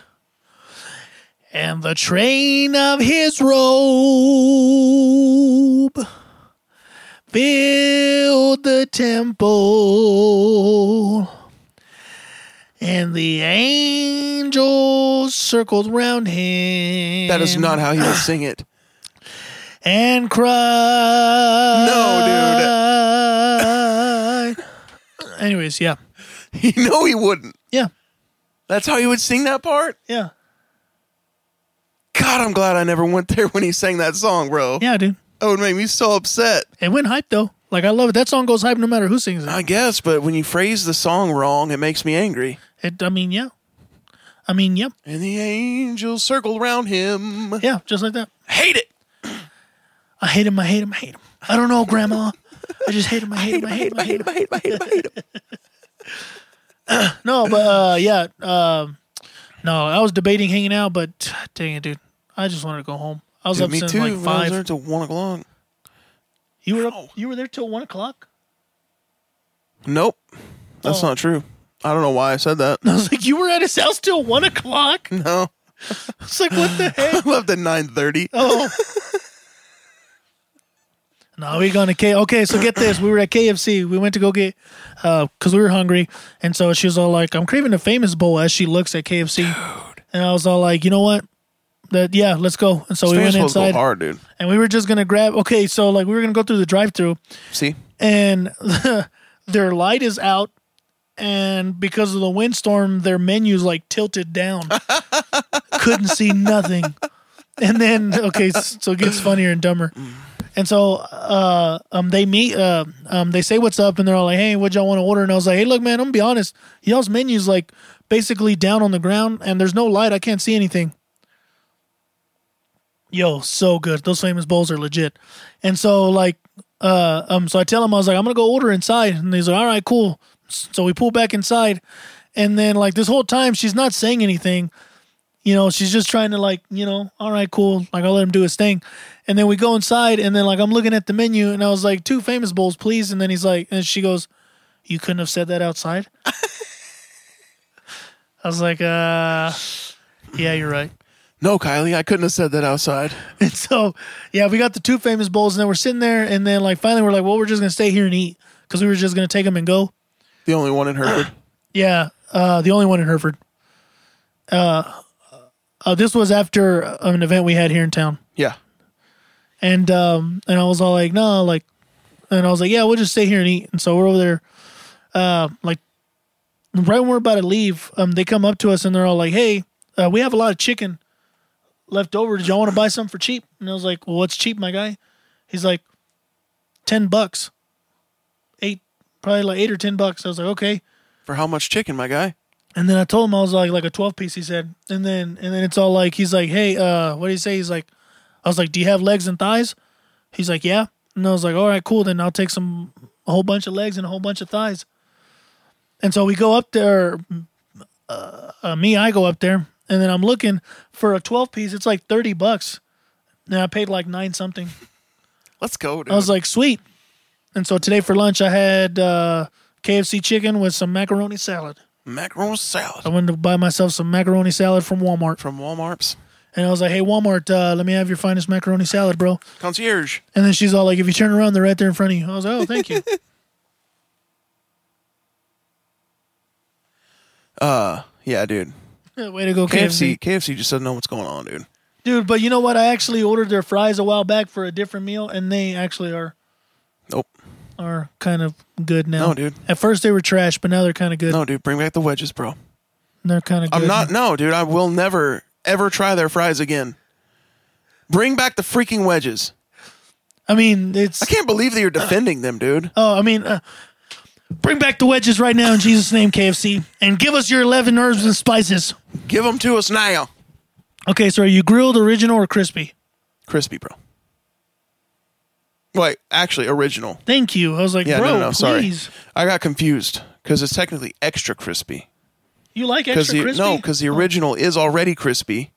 And the train of his robe filled the temple. And the angels circled round him.
That is not how he would sing it.
And cried.
No,
dude. Anyways, yeah.
You know he wouldn't.
Yeah.
That's how he would sing that part?
Yeah.
God, I'm glad I never went there when he sang that song, bro.
Yeah, dude.
That would make me so upset.
It went hype, though. Like, I love it. That song goes hype no matter who sings it.
I guess, but when you phrase the song wrong, it makes me angry.
it I mean, yeah. I mean, yep.
And the angels circled round him.
Yeah, just like that.
Hate it.
I hate him. I hate him. I hate him. I don't know, Grandma. I just hate him. I hate him. I hate him. I hate him.
I hate him. I hate him. I hate him.
No, but uh, yeah, um, no, I was debating hanging out, but dang it, dude, I just wanted to go home. I was
Dude,
up
me
since
too.
like
man. I was
five.
there till one o'clock.
you were
Ow.
up, you were there till one o'clock.
Nope, that's
Oh.
not true. I don't know why I said that.
I was like, you were at his house till one o'clock. I
No,
was like, what the
I
heck?
left at nine thirty.
Oh. No, we gonna K. Okay, so get this. We were at KFC. We went to go get, uh, cause we were hungry, and so she was all like, "I'm craving a famous bowl." As she looks at KFC, and I was all like, "You know what? That yeah, let's go." And so we went
supposed to go
inside.
hard, dude.
and we were just gonna grab. Okay, so like we were gonna go through the drive-through,
See,
and their light is out, and because of the windstorm, their menu's like tilted down. Couldn't see nothing, and then okay, s- so it gets funnier and dumber. And so, uh, um, they meet, uh, um, they say what's up, and they're all like, "Hey, what y'all want to order?" And I was like, "Hey, look, man, I'm gonna be honest. Y'all's menu's like basically down on the ground, and there's no light. I can't see anything." yo, so good. Those famous bowls are legit. And so like uh um so I tell him I was like, I'm gonna go order inside and he's like, All right, cool. So we pull back inside and then like this whole time she's not saying anything. You know, she's just trying to like, you know, all right, cool. Like I'll let him do his thing. And then we go inside and then like I'm looking at the menu and I was like, two famous bowls, please. And then he's like and she goes, You couldn't have said that outside? I was like, uh yeah, you're right.
no, Kylie, I couldn't have said that outside.
And so, yeah, we got the two famous bowls, and then we're sitting there, and then like finally we're like, well, we're just gonna stay here and eat because we were just gonna take them and go.
The only one in Hereford.
Yeah, uh, the only one in Hereford. Uh, uh, this was after an event we had here in town,
yeah,
and um, and I was all like, no, like, and I was like, yeah, we'll just stay here and eat. And so we're over there, uh, like, right when we're about to leave, um, they come up to us and they're all like, hey, uh, we have a lot of chicken left over. Did y'all want to buy some for cheap? And I was like, well, what's cheap, my guy? He's like, ten bucks, eight, probably like eight or ten bucks. I was like, okay.
for how much chicken, my guy?
And then I told him I was like like a twelve piece. He said, and then and then it's all like he's like, hey, uh, what do you say? He's like, I was like, do you have legs and thighs? He's like, yeah. And I was like, all right, cool. Then I'll take some a whole bunch of legs and a whole bunch of thighs. And so we go up there. Uh, uh, me, I go up there, and then I'm looking for a twelve piece. It's like thirty bucks, and I paid like nine something.
Let's go. Dude.
I was like, sweet. And so today for lunch, I had uh, KFC chicken with some macaroni salad.
macaroni
I
salad
went to buy myself some macaroni salad from Walmart.
from Walmart's
And I was like, hey, Walmart, uh, let me have your finest macaroni salad, bro.
concierge.
And then she's all like, if you turn around, they're right there in front of you. I was like, oh, thank you.
Yeah, dude.
Way to go,
KFC,
KFC.
KFC just doesn't know what's going on, dude.
Dude, but you know what? I actually ordered their fries a while back for a different meal, and they actually are
Nope.
are kind of good now.
No, dude.
At first, they were trash, but now they're kind of good.
No, dude. Bring back the wedges, bro.
They're kind of good.
I'm not. No, dude. I will never ever try their fries again. Bring back the freaking wedges.
I mean, it's.
I can't believe that you're defending them, dude.
Oh, I mean, uh, bring back the wedges right now in Jesus' name, KFC, and give us your 11 herbs and spices.
Give them to us now.
Okay, so are you grilled, original, or crispy?
Crispy, bro. Wait, actually, original.
Thank you. I was like,
Yeah,
bro,
no, no, sorry.
please.
I got confused because it's technically extra crispy.
You like
Because
extra
the
crispy? Oh.
no, because the original is already crispy.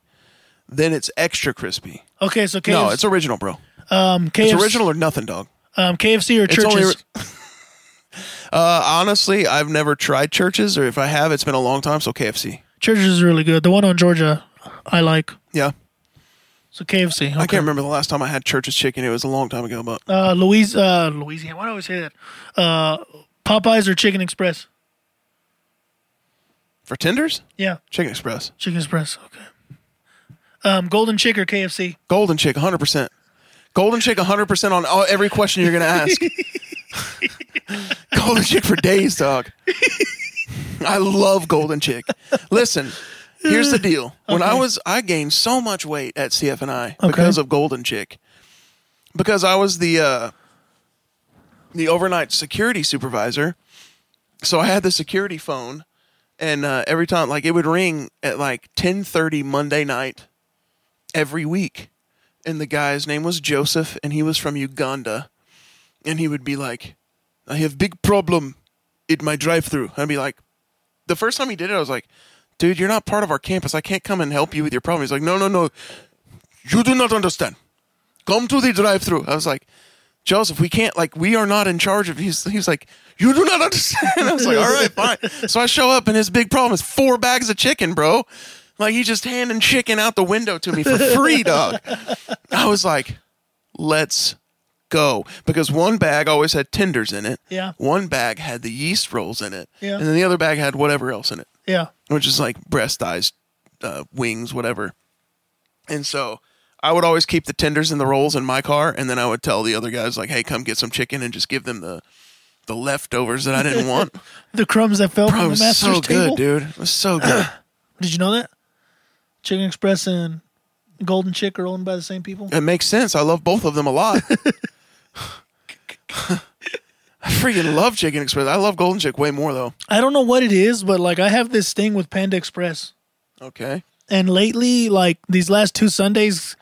Then it's extra crispy.
Okay, so KFC,
No, it's original, bro.
um, KFC,
It's original or nothing, dog.
um, KFC or
It's only-
churches.
Uh, honestly, I've never tried churches, or if I have, it's been a long time. So KFC.
churches is really good. The one on Georgia, I like.
Yeah,
So KFC. Okay.
I can't remember the last time I had church's chicken. It was a long time ago, but
Uh, Louise, uh, Louisiana. Why do I always say that? Uh, Popeyes or Chicken Express?
for tenders,
Yeah,
Chicken Express,
Chicken Express. Okay. Um, Golden Chick or KFC?
Golden Chick, hundred percent. Golden Chick, hundred percent on all, every question you're gonna ask. Golden Chick for days, dog. I love Golden Chick. Listen, here's the deal. When I was, I gained so much weight at CFNI because of Golden Chick, because I was the uh, the overnight security supervisor. So I had the security phone, and uh, every time, like it would ring at like ten thirty Monday night every week. And the guy's name was Joseph, and he was from Uganda. And he would be like, I have big problem in my drive through. I'd be like, the first time he did it, I was like, dude, you're not part of our campus. I can't come and help you with your problem. He's like, no, no, no. You do not understand. Come to the drive through. I was like, Joseph, we can't, like, we are not in charge of. He's, he's like, you do not understand. I was like, all right, fine. So I show up, and his big problem is four bags of chicken, bro. Like, he just handing chicken out the window to me for free, dog. I was like, let's go. Because one bag always had tenders in it.
Yeah.
One bag had the yeast rolls in it.
Yeah.
And then the other bag had whatever else in it,
Yeah.
which is like breast, thighs, uh, wings, whatever. And so I would always keep the tenders and the rolls in my car. And then I would tell the other guys, like, hey, come get some chicken and just give them the. The leftovers that I didn't want.
The crumbs that fell
Bro, it
from the
was
master's
so good,
table.
dude. It was so good.
Did you know that? Chicken Express and Golden Chick are owned by the same people.
It makes sense. I love both of them a lot. I freaking love Chicken Express. I love Golden Chick way more though.
I don't know what it is, but like I have this thing with Panda Express.
Okay.
And lately, like these last two Sundays,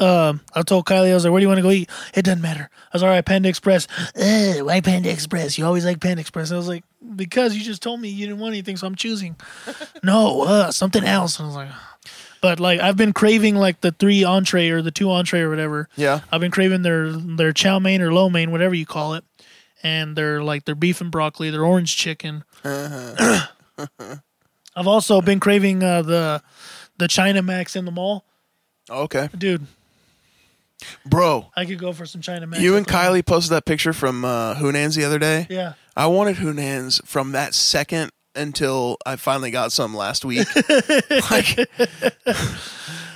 um, I told Kylie, I was like, "Where do you want to go eat?" It doesn't matter. I was all right. Panda Express. Ugh, why Panda Express? You always like Panda Express. I was like, because you just told me you didn't want anything, so I'm choosing. no, uh, something else. And I was like, but like I've been craving like the three entree or the two entree or whatever.
Yeah.
I've been craving their their chow mein or lo mein, whatever you call it, and their like their beef and broccoli, their orange chicken.
Uh-huh.
I've also been craving uh, the the China Max in the mall,
Okay.
dude.
Bro,
I could go for some China Max.
you and
at the
Kylie posted that picture from uh, Hunan's the other day.
mall. Yeah,
I wanted Hunan's from that second until I finally got some last week. like,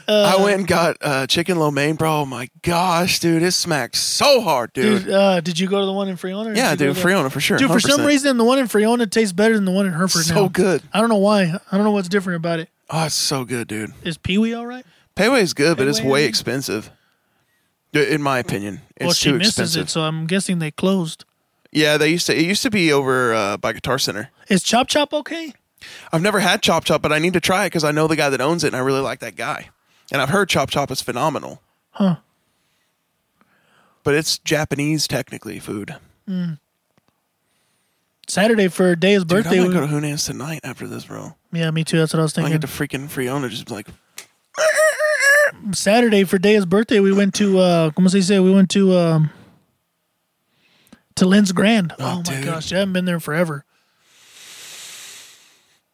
I went and got uh, chicken lo mein, bro. Oh my gosh, dude, it smacked so hard, dude.
dude. Uh, did you go to the one in Freona? or did
yeah,
you go
dude,
to the-
Freona for sure.
Dude, for some
100%.
reason, the one in Freona tastes better than the one in Hereford.
so
now.
good.
I don't know why. I don't know what's different about it.
Oh, it's so good, dude.
Is Pee Wee all right?
Payway's good, but it's
Payway, I
way
mean-
expensive. D- In my opinion, it's
well, she
too
misses
expensive.
it, so I'm guessing they closed.
Yeah, they used to. It used to be over uh, by Guitar Center.
Is Chop Chop okay?
I've never had Chop Chop, but I need to try it because I know the guy that owns it, and I really like that guy. And I've heard Chop Chop is phenomenal.
Huh.
But it's Japanese technically food. Dude,
Saturday
I
for
might
a
go
day.
to Hunan's tonight after this, bro.
Yeah, me too. That's what I was
I get
thinking.
to freaking Friona just be like
Saturday for Daya's birthday, we went to uh como se dice? We went to um to Lynn's Grand.
Oh,
Oh, my
dude.
gosh, I haven't been there in forever.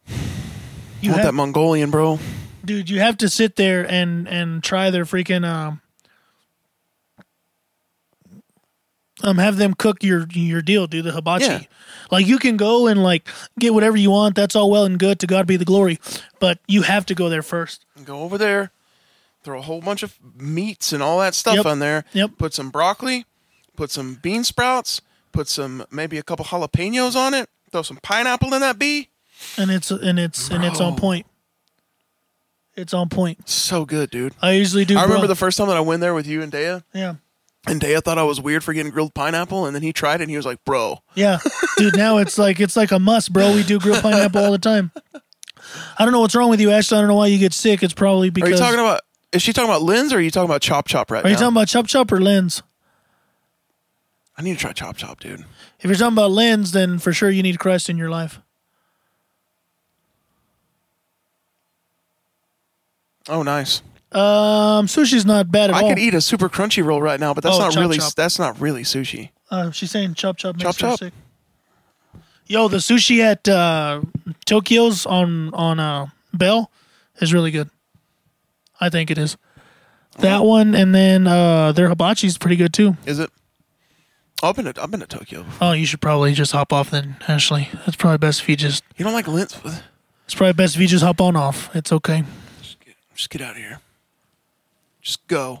You
want that
have,
Mongolian, bro.
dude, you have to sit there and and try their freaking um um have them cook your your deal, dude, the hibachi.
Yeah.
Like you can go and like get whatever you want. That's all well and good. To God be the glory, but you have to go there first.
Go over there, throw a whole bunch of meats and all that stuff
Yep.
on there.
Yep.
Put some broccoli, put some bean sprouts, put some maybe a couple jalapenos on it. Throw some pineapple in that bee.
and it's and it's and it's on
Bro.
point. It's on point.
So good, dude.
I usually do.
I remember the
bro-
first time that I went there with you and Dea,
yeah,
and Dea thought I was weird for getting grilled pineapple, and then he tried it and he was like, "Bro,
yeah, dude. Now it's like it's like a must, bro. We do grilled pineapple all the time. I don't know what's wrong with you, Ashley. I don't know why you get sick. It's probably
are
because
you talking about? Is she talking about Lynn's or are you talking about Chop Chop right
Are
now?
you talking about chop chop or lens?
I need to try Chop Chop, dude.
If you're talking about lens, then for sure you need Christ in your life.
Oh, nice.
Um, sushi's not bad at
I
all.
could eat a super crunchy roll right now, but that's
Oh,
not
Chop
really
Chop.
that's not really sushi.
Uh, she's saying chop chop makes
Chop,
her
chop.
sick. Yo, the sushi at uh, Tokyo's on on uh, Bell is really good. I think it is. That one, and then uh, their hibachi's pretty good too.
Is it? Oh, I've been to, I've been to Tokyo.
Oh, you should probably just hop off then, Ashley. That's probably best if you just.
You don't like lint?
It's probably best if you just hop on off. It's okay.
Just get out of here. Just go.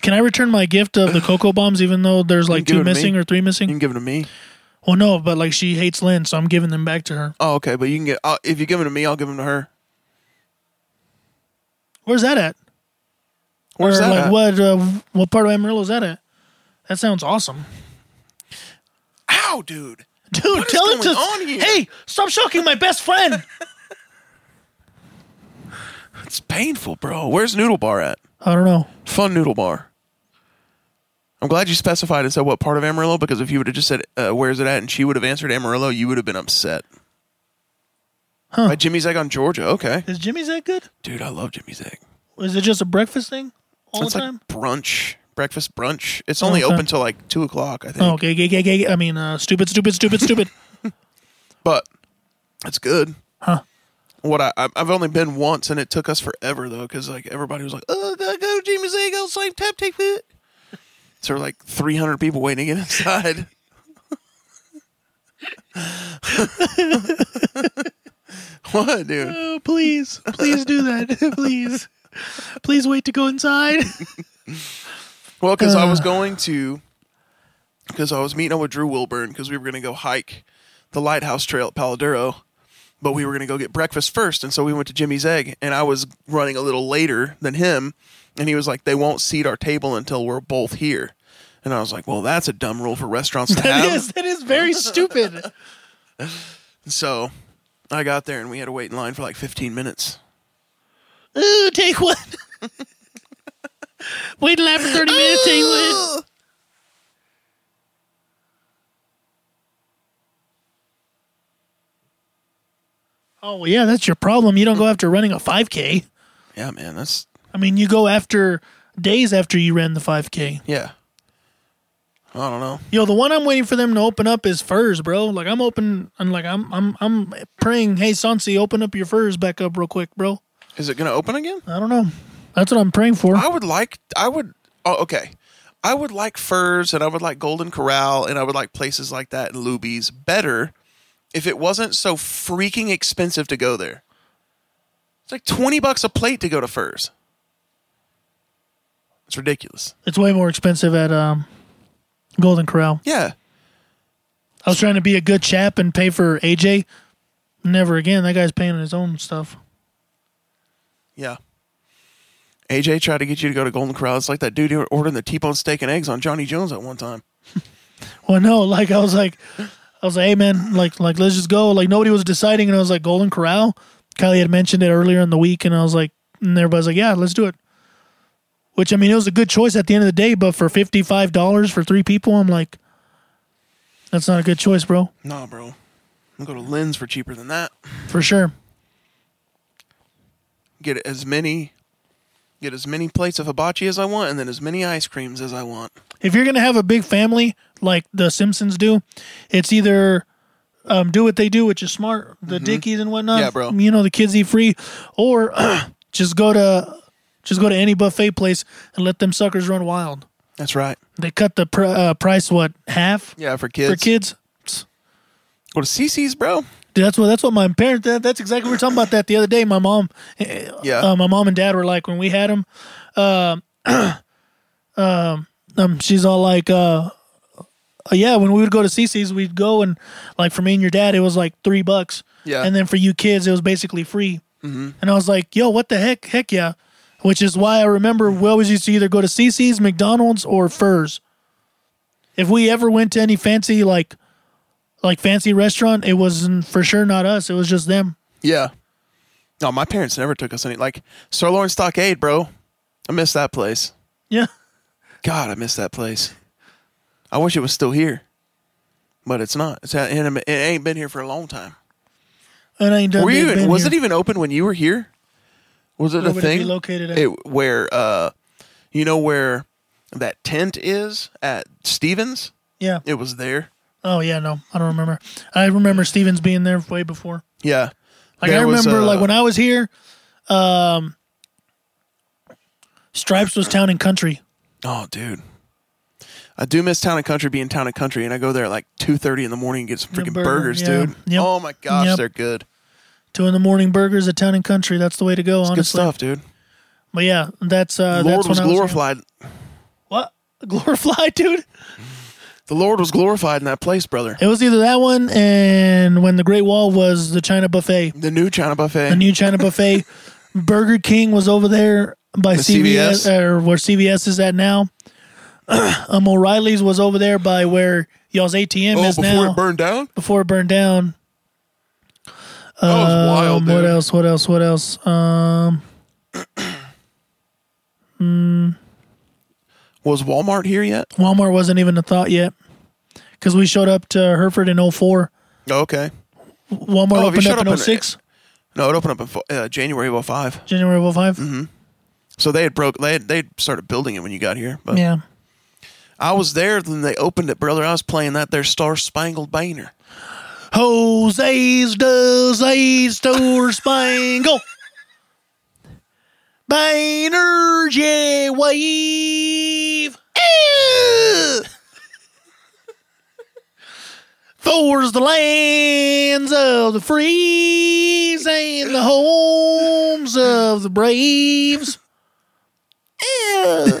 Can I return my gift of the cocoa bombs, even though there's like
can give
two
it to me.
missing or three
You
missing?
can give it to me.
Well, no, but like she hates Lynn, so I'm giving them back to her.
Oh, okay, but you can get I'll, if you give them to me, I'll give them to her.
Where's that at?
Where's
or
that?
like
at?
what uh, what part of Amarillo is that at? That sounds awesome.
Ow, dude.
Dude,
What is
tell him to
going on here?
Hey, stop shocking my best friend.
It's painful, bro. Where's Noodle Bar at?
I don't know.
Fun Noodle Bar. I'm glad you specified and said what part of Amarillo because if you would have just said uh, where's it at and she would have answered Amarillo, you would have been upset.
Huh.
By Jimmy's Egg on Georgia. Okay,
Is Jimmy's that good?
dude, I love Jimmy's Egg.
Is it just a breakfast thing all
it's
the
like
time?
brunch, breakfast brunch. It's only
okay.
open till like two o'clock, I think.
Oh, okay, okay, okay, okay. I mean, uh, stupid, stupid, stupid, stupid.
But it's good.
Huh.
What I I- I've only been once, and it took us forever though, because like everybody was like, "Oh, gotta go to Jimmy's Egg, I'll slave tap take it." So we're like three hundred people waiting to get inside. what, dude?
Oh, please, please do that, please, please wait to go inside.
Well, because I was going to, because I was meeting up with Drew Wilburn, because we were gonna go hike the Lighthouse Trail at Paladuro. but we were going to go get breakfast first. And so we went to Jimmy's Egg, and I was running a little later than him. And he was like, they won't seat our table until we're both here. And I was like, well, that's a dumb rule for restaurants to
that
have.
is that is very stupid.
So I got there, and we had to wait in line for like 15 minutes.
Ooh, take one. wait till after thirty minutes. Take one. Oh well, yeah, that's your problem. You don't go after running a 5K.
Yeah, man, that's,
I mean, you go after days after you ran the 5K.
yeah. I don't know.
Yo, the one I'm waiting for them to open up is furs, bro. Like I'm open, and like I'm I'm I'm praying, hey Sansi, open up your furs back up real quick, bro.
Is it going to open again?
I don't know. That's what I'm praying for.
I would like, I would, oh, okay. I would like Furs and I would like Golden Corral and I would like places like that and Luby's better if it wasn't so freaking expensive to go there. It's like 20 bucks a plate to go to Furs. It's ridiculous.
It's way more expensive at um, Golden Corral.
Yeah.
I was trying to be a good chap and pay for AJ. Never again. That guy's paying his own stuff.
Yeah. AJ tried to get you to go to Golden Corral. It's like that dude who ordering the T-bone steak and eggs on Johnny Jones at one time.
Well, Oh, no, like I was like, I was like, hey man, like like let's just go. Like nobody was deciding, and I was like Golden Corral. Kylie had mentioned it earlier in the week, and I was like, and everybody's like, yeah, let's do it. Which I mean, it was a good choice at the end of the day, but for fifty five dollars for three people, I'm like, that's not a good choice, bro,
Nah, bro. I'll go to Lynn's for cheaper than that.
for sure.
get as many get as many plates of hibachi as I want and then as many ice creams as I want.
If you're gonna have a big family like the Simpsons do, it's either um, do what they do, which is smart, the Dickies and whatnot.
Mm-hmm. Yeah, bro.
You know the kids eat free, or just go to just go to any buffet place and let them suckers run wild.
That's right.
They cut the pr- uh, price what half
Yeah, for
for
kids.
kids. Psst.
Go to CC's, bro.
Dude, that's what that's what my parents. That, that's exactly we were talking about that the other day. My mom, eh,
Yeah.
uh, my mom and dad were like when we had them. um, um, she's all like, uh, uh, yeah, when we would go to CC's, we'd go and like for me and your dad, it was like three bucks.
Yeah. Mm-hmm.
and then for you kids, it was basically free. And I was like, yo, what the heck? Heck yeah. Which is why I remember we always used to either go to CC's, McDonald's, or Furs. If we ever went to any fancy like like fancy restaurant, it was for sure not us. It was just them.
Yeah. No, my parents never took us any like Sirloin Stockade, bro. I miss that place.
Yeah.
God, I miss that place. I wish it was still here, but it's not. It's had, it ain't been here for a long time.
And I ain't done
Were you?
they've
even-
been
Was
here.
it even open when you were here? Was it
Where
a
would it be
thing?
located at?
It- where uh, you know where that tent is at Stevens.
Yeah.
It was there.
Oh yeah, no, I don't remember. I remember Stevens being there way before.
Yeah.
Like I
There was,
remember,
uh,
like when I was here, um, Stripes was town and country.
Oh, dude. I do miss Town and Country being Town and Country, and I go there at like two thirty in the morning and get some
The
freaking
burger,
burgers,
yeah.
dude.
Yep.
Oh my gosh,
Yep.
they're good.
Two in the morning burgers at town and country. That's the way to go,
Good
honestly.
stuff, dude.
But yeah, that's uh,
Lord
that's when
was
I was here.
glorified.
What glorified, dude?
the Lord was glorified in that place, brother.
It was either that one and when the Great Wall was the China Buffet,
The new China buffet.
the new China Buffet. Burger King was over there by
The
CVS,
CVS?
or where CVS is at now. um, O'Reilly's was over there by where y'all's ATM
oh,
is
before
now.
it burned down.
before it burned down.
That was wild,
Um,
dude.
what else? What else? What else? Um,
Was Walmart here yet?
Walmart wasn't even a thought yet because we showed up to Hereford in 04.
Oh, okay.
Walmart
Oh, if you
opened
showed
up
up in-
in 06,
No, it opened up in fo- uh, January of 05.
January of oh 5
Mm-hmm. So they had broke. They had, they had started building it when you got here. But
Yeah.
I was there when they opened it, brother. I was playing that there Star Spangled Banner.
Jose's does a store spangle. Banner J wave. Eh. Fours the lands of the frees and the homes of the braves. Eh.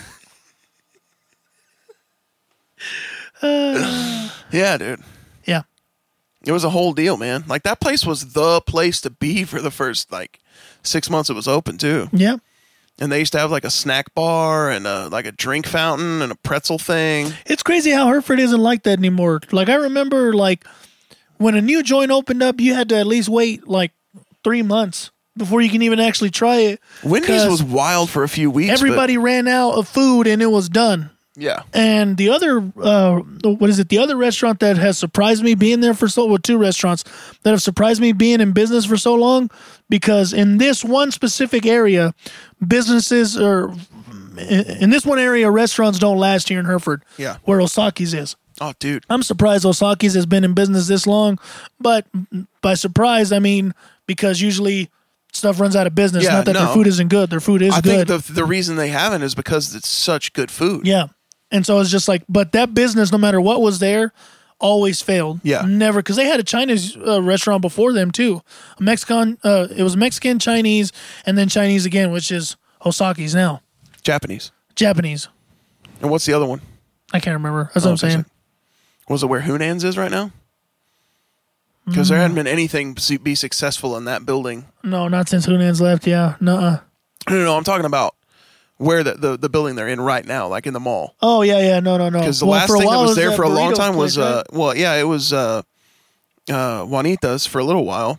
Yeah, dude.
yeah.
It was a whole deal, man. Like that place was the place to be for the first like six months it was open too.
Yeah.
And they used to have like a snack bar and a, like a drink fountain and a pretzel thing.
It's crazy how Hereford isn't like that anymore. Like I remember, like when a new joint opened up, you had to at least wait like three months before you can even actually try it.
Wendy's
'Cause
was wild for a few weeks. but-
Everybody ran out of food and it was done.
yeah,
And the other, uh, what is it? The other restaurant that has surprised me being there for so well, two restaurants that have surprised me being in business for so long, because in this one specific area, businesses or in in this one area, restaurants don't last here in Hereford.
Yeah.
where Osaki's is.
oh dude,
I'm surprised Osaki's has been in business this long, but by surprise, I mean because usually stuff runs out of business.
Yeah,
Not that
no.
their food isn't good; their food is
I
good.
think the the reason they haven't is because it's such good food.
yeah, and so it's just like, but that business, no matter what was there, always failed.
Yeah.
never because they had a Chinese uh, restaurant before them too. A Mexican, uh, it was Mexican, Chinese, and then Chinese again, which is Osaki's now
Japanese.
Japanese.
And what's the other one?
I can't remember. That's what I'm
What was
saying.
it? Was it where Hunan's is right now? Because there hadn't been anything su- be successful in that building.
No, not since Hunan's left. Yeah, nuh-uh.
No, no, no I'm talking about where the, the the building they're in right now, like in the mall.
Oh yeah, yeah, no, no, no.
because the
Well,
last
for a
thing that
while it
was there
that
for a long
burrito
time was
place, right?
uh well yeah it was uh uh Juanita's for a little while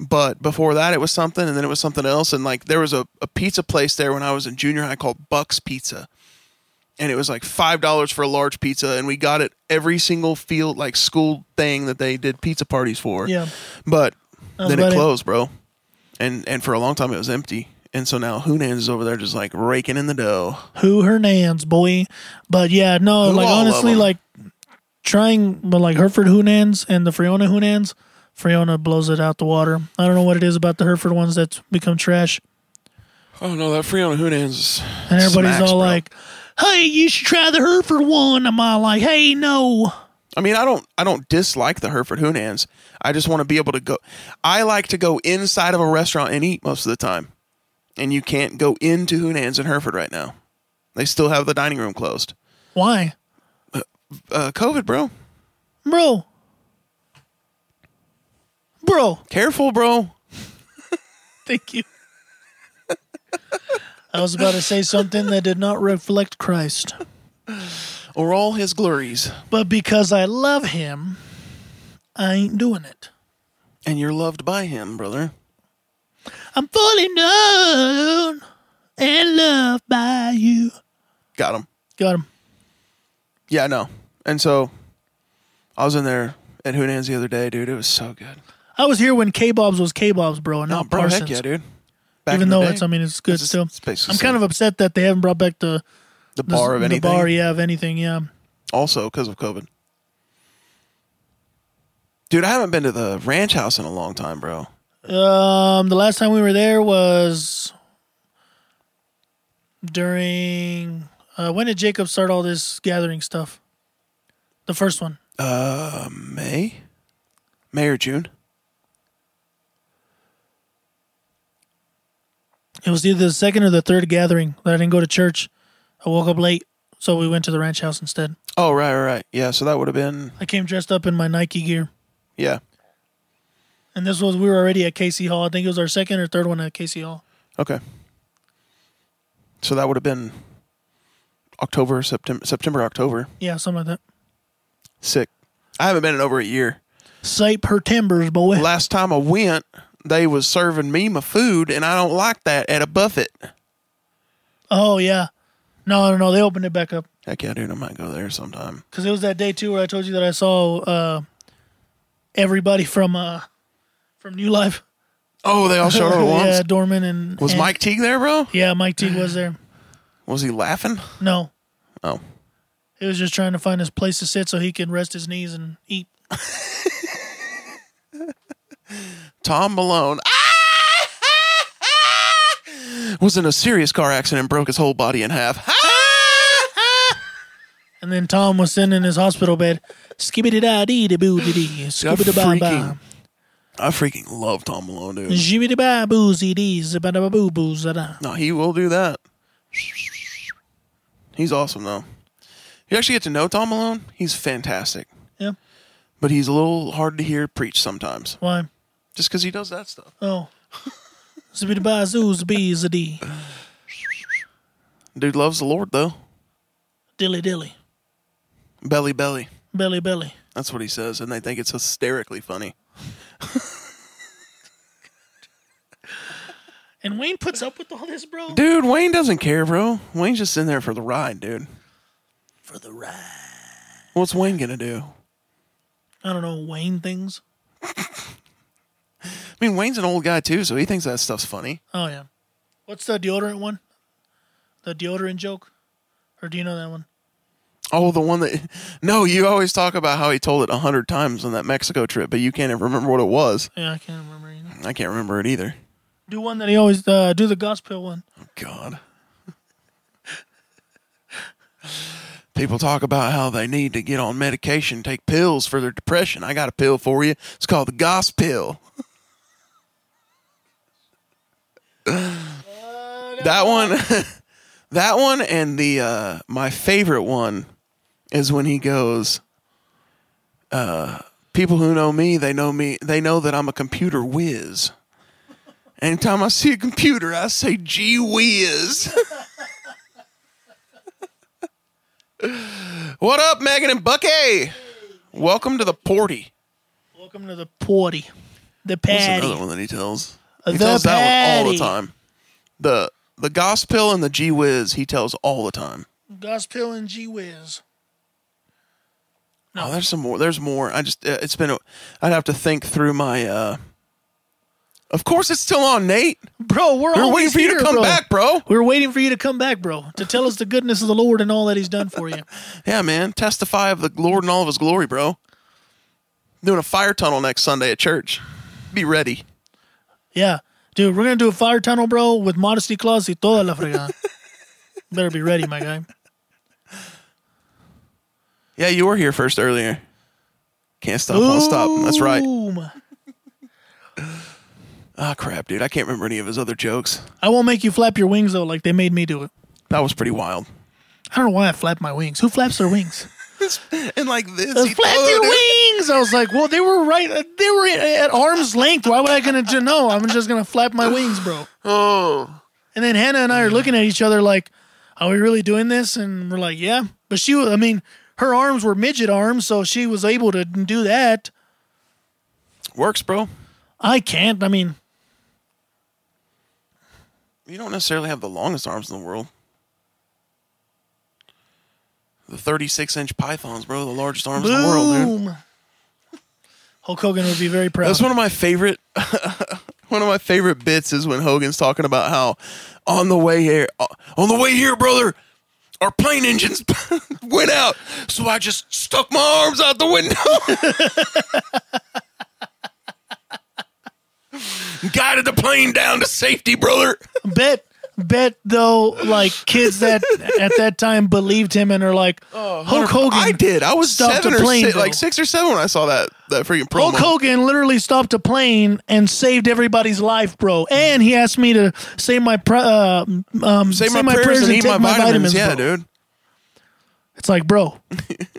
but before that it was something and then it was something else and like there was a, a pizza place there when I was in junior high called Bucks Pizza and it was like five dollars for a large pizza and we got it every single field like school thing that they did pizza parties for
Yeah.
but
That's
then
about
it
it.
closed bro and and for a long time it was empty and so now Hunan's is over there just like raking in the dough
Who Hernandez, boy. But yeah, no,
Who
like
all of
honestly,
them?
like trying, but like Hereford Hunans and the Friona Hunans, Friona blows it out the water. I don't know what it is about the Hereford ones that's become trash.
oh no that free on Hunan's is
And everybody's
smacks,
all
bro.
like, hey, you should try the Hereford one. I'm all like, hey, no.
I mean, I don't, I don't dislike the Hereford Hoonans. I just want to be able to go. I like to go inside of a restaurant and eat most of the time, and you can't go into Hoonans in Hereford right now. They still have the dining room closed.
Why?
Uh, COVID, bro.
Bro. Bro.
Careful, bro.
Thank you. I was about to say something that did not reflect Christ.
Or all his glories.
But because I love him, I ain't doing it.
And you're loved by him, brother.
I'm fully known and loved by you.
Got him.
Got him.
Yeah, no. And so I was in there at Hunan's the other day, dude. It was so good.
I was here when K Bob's was K Bob's, bro, and
No,
not
bro,
Parsons.
heck yeah, dude. Back
Even
in the
though
day,
it's, I mean, it's good
it's-
still.
it's basically
I'm kind
same.
of upset that they haven't brought back the
the
the-
bar of anything,
The bar, yeah, of anything, yeah.
also because of COVID. Dude, I haven't been to the ranch house in a long time, bro.
Um, the last time we were there was during. Uh, when did Jacob start all this gathering stuff? The first one.
Uh, May, May or June.
It was either the second or the third gathering that I didn't go to church. I woke up late, so we went to the ranch house instead.
Oh right, right, right. Yeah, so that would have been
I came dressed up in my Nike gear.
yeah.
And this was, we were already at Casey Hall. I think it was our second or third one at Casey Hall.
Okay. So that would have been October, September, September, October.
Yeah, something like that.
Sick. I haven't been in over a year.
Sight per timbers, boy.
Last time I went, they was serving me my food, and I don't like that at a buffet.
oh, yeah. No, no, no. They opened it back up.
Heck yeah, dude, I might go there sometime.
Because it was that day too where I told you that I saw uh, everybody from uh, from New Life.
Oh, they all showed up at once.
yeah, Dorman and
Was
and-
Mike Teague there, bro?
Yeah, Mike T was there.
Was he laughing?
No,
Oh,
he was just trying to find his place to sit so he can rest his knees and eat.
Tom Malone was in a serious car accident and broke his whole body in half.
And then Tom was sitting in his hospital bed. Skibbity da dee da boo dee dee. Skibbity ba ba.
freaking- I freaking love Tom Malone, dude.
Jibbity ba boozy dee. Zibada ba boo boo zada.
No, he will do that. He's awesome, though. You actually get to know Tom Malone. He's fantastic,
Yeah.
but he's a little hard to hear preach sometimes,
Why?
just because he does that stuff.
Oh. Zibbity ba zoo zbee zadee.
Dude loves the Lord, though.
Dilly dilly.
Belly, belly.
Belly belly.
That's what he says, and they think it's hysterically funny.
And Wayne puts up with all this, bro.
Dude, Wayne doesn't care, bro. Wayne's just in there for the ride, dude.
For the ride.
What's Wayne gonna do?
I don't know, Wayne things.
I mean, Wayne's an old guy too, so he thinks that stuff's funny.
Oh yeah. What's the deodorant one? The deodorant joke? Or do you know that one?
Oh, the one that no, you always talk about how he told it a hundred times on that Mexico trip, but you can't even remember what it was.
Yeah, I can't remember either.
I can't remember it either.
Do one that he always uh, do the gospel one.
God. People talk about how they need to get on medication, take pills for their depression. I got a pill for you. It's called the Goss pill. that one, that one, and the uh, my favorite one is when he goes. Uh, people who know me, they know me. They know that I'm a computer whiz. Anytime I see a computer, I say, gee whiz. what up, Megan and Bucky? Welcome to the porty.
Welcome to the party. The
That's
patty.
another one that he tells.
Uh,
He
the
tells that one all the
patty.
Oh, uh,
Oh,
Ah,
uh,
Oh. The 36 inch pythons, bro, the largest arms in the world, dude.
Boom. Hulk Hogan would be very proud.
That's one of my favorite. one of my favorite bits is when Hogan's talking about how on the way here, uh, on the way here, brother, our plane engines went out, so I just stuck my arms out the window. Guided the plane down to safety, brother.
bet bet though like kids that at that time believed him and are like Hulk Hogan
Oh, I did. I was
stopped
seven
a
or
plane,
six,
though.
like six or seven when I saw that that freaking promo.
Hulk Hogan literally stopped a plane and saved everybody's life, bro. And he asked me to say my pr- uh, um,
Say my, prayers, and eat
take
my vitamins. yeah,
bro.
dude.
It's like, bro,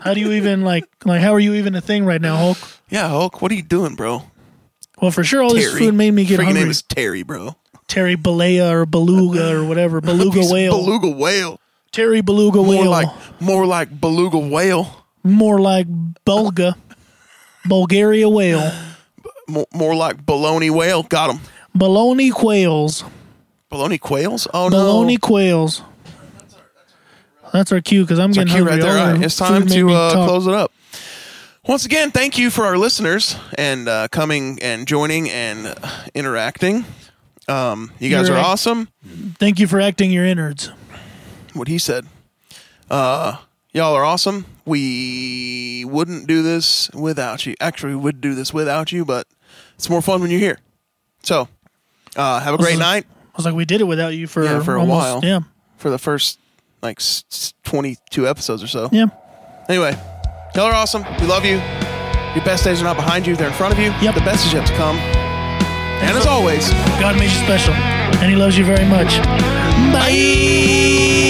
how do you even like like how are you even a thing right now, Hulk?
Yeah, Hulk. What are you doing, bro?
Well, for sure, all this
Terry.
food made me get
Freaking
hungry.
name is Terry, bro.
Terry Balea or Beluga or whatever Beluga
Piece of
whale.
Beluga whale.
Terry Beluga
More
whale.
like more like beluga whale.
more like Bulga, Bulgaria whale,
More, more like baloney whale. Got him.
baloney quails,
Baloney quails. Oh
baloney
no.
quails. That's our cue because I'm
Our
getting
cue
hungry.
right there.
All
All right,
our
it's time
food made
to
me
uh,
talk.
close it up. Once again, thank you for our listeners and uh, coming and joining and uh, interacting. Um, you guys
You're
are
right.
awesome.
Thank you for acting your innards.
What he said. Uh, y'all are awesome. We wouldn't do this without you. Actually, we would do this without you, but it's more fun when you're here. So, uh, have a great
is-
night.
I was like, we did it without you for
Yeah, for a
almost,
while.
Yeah,
for the first like s- s- 22 episodes or so.
yeah.
Anyway, y'all are awesome. We love you. Your best days are not behind you, they're in front of you.
Yep.
The best is yet to come. And as always,
God made you special, and He loves you very much. Bye.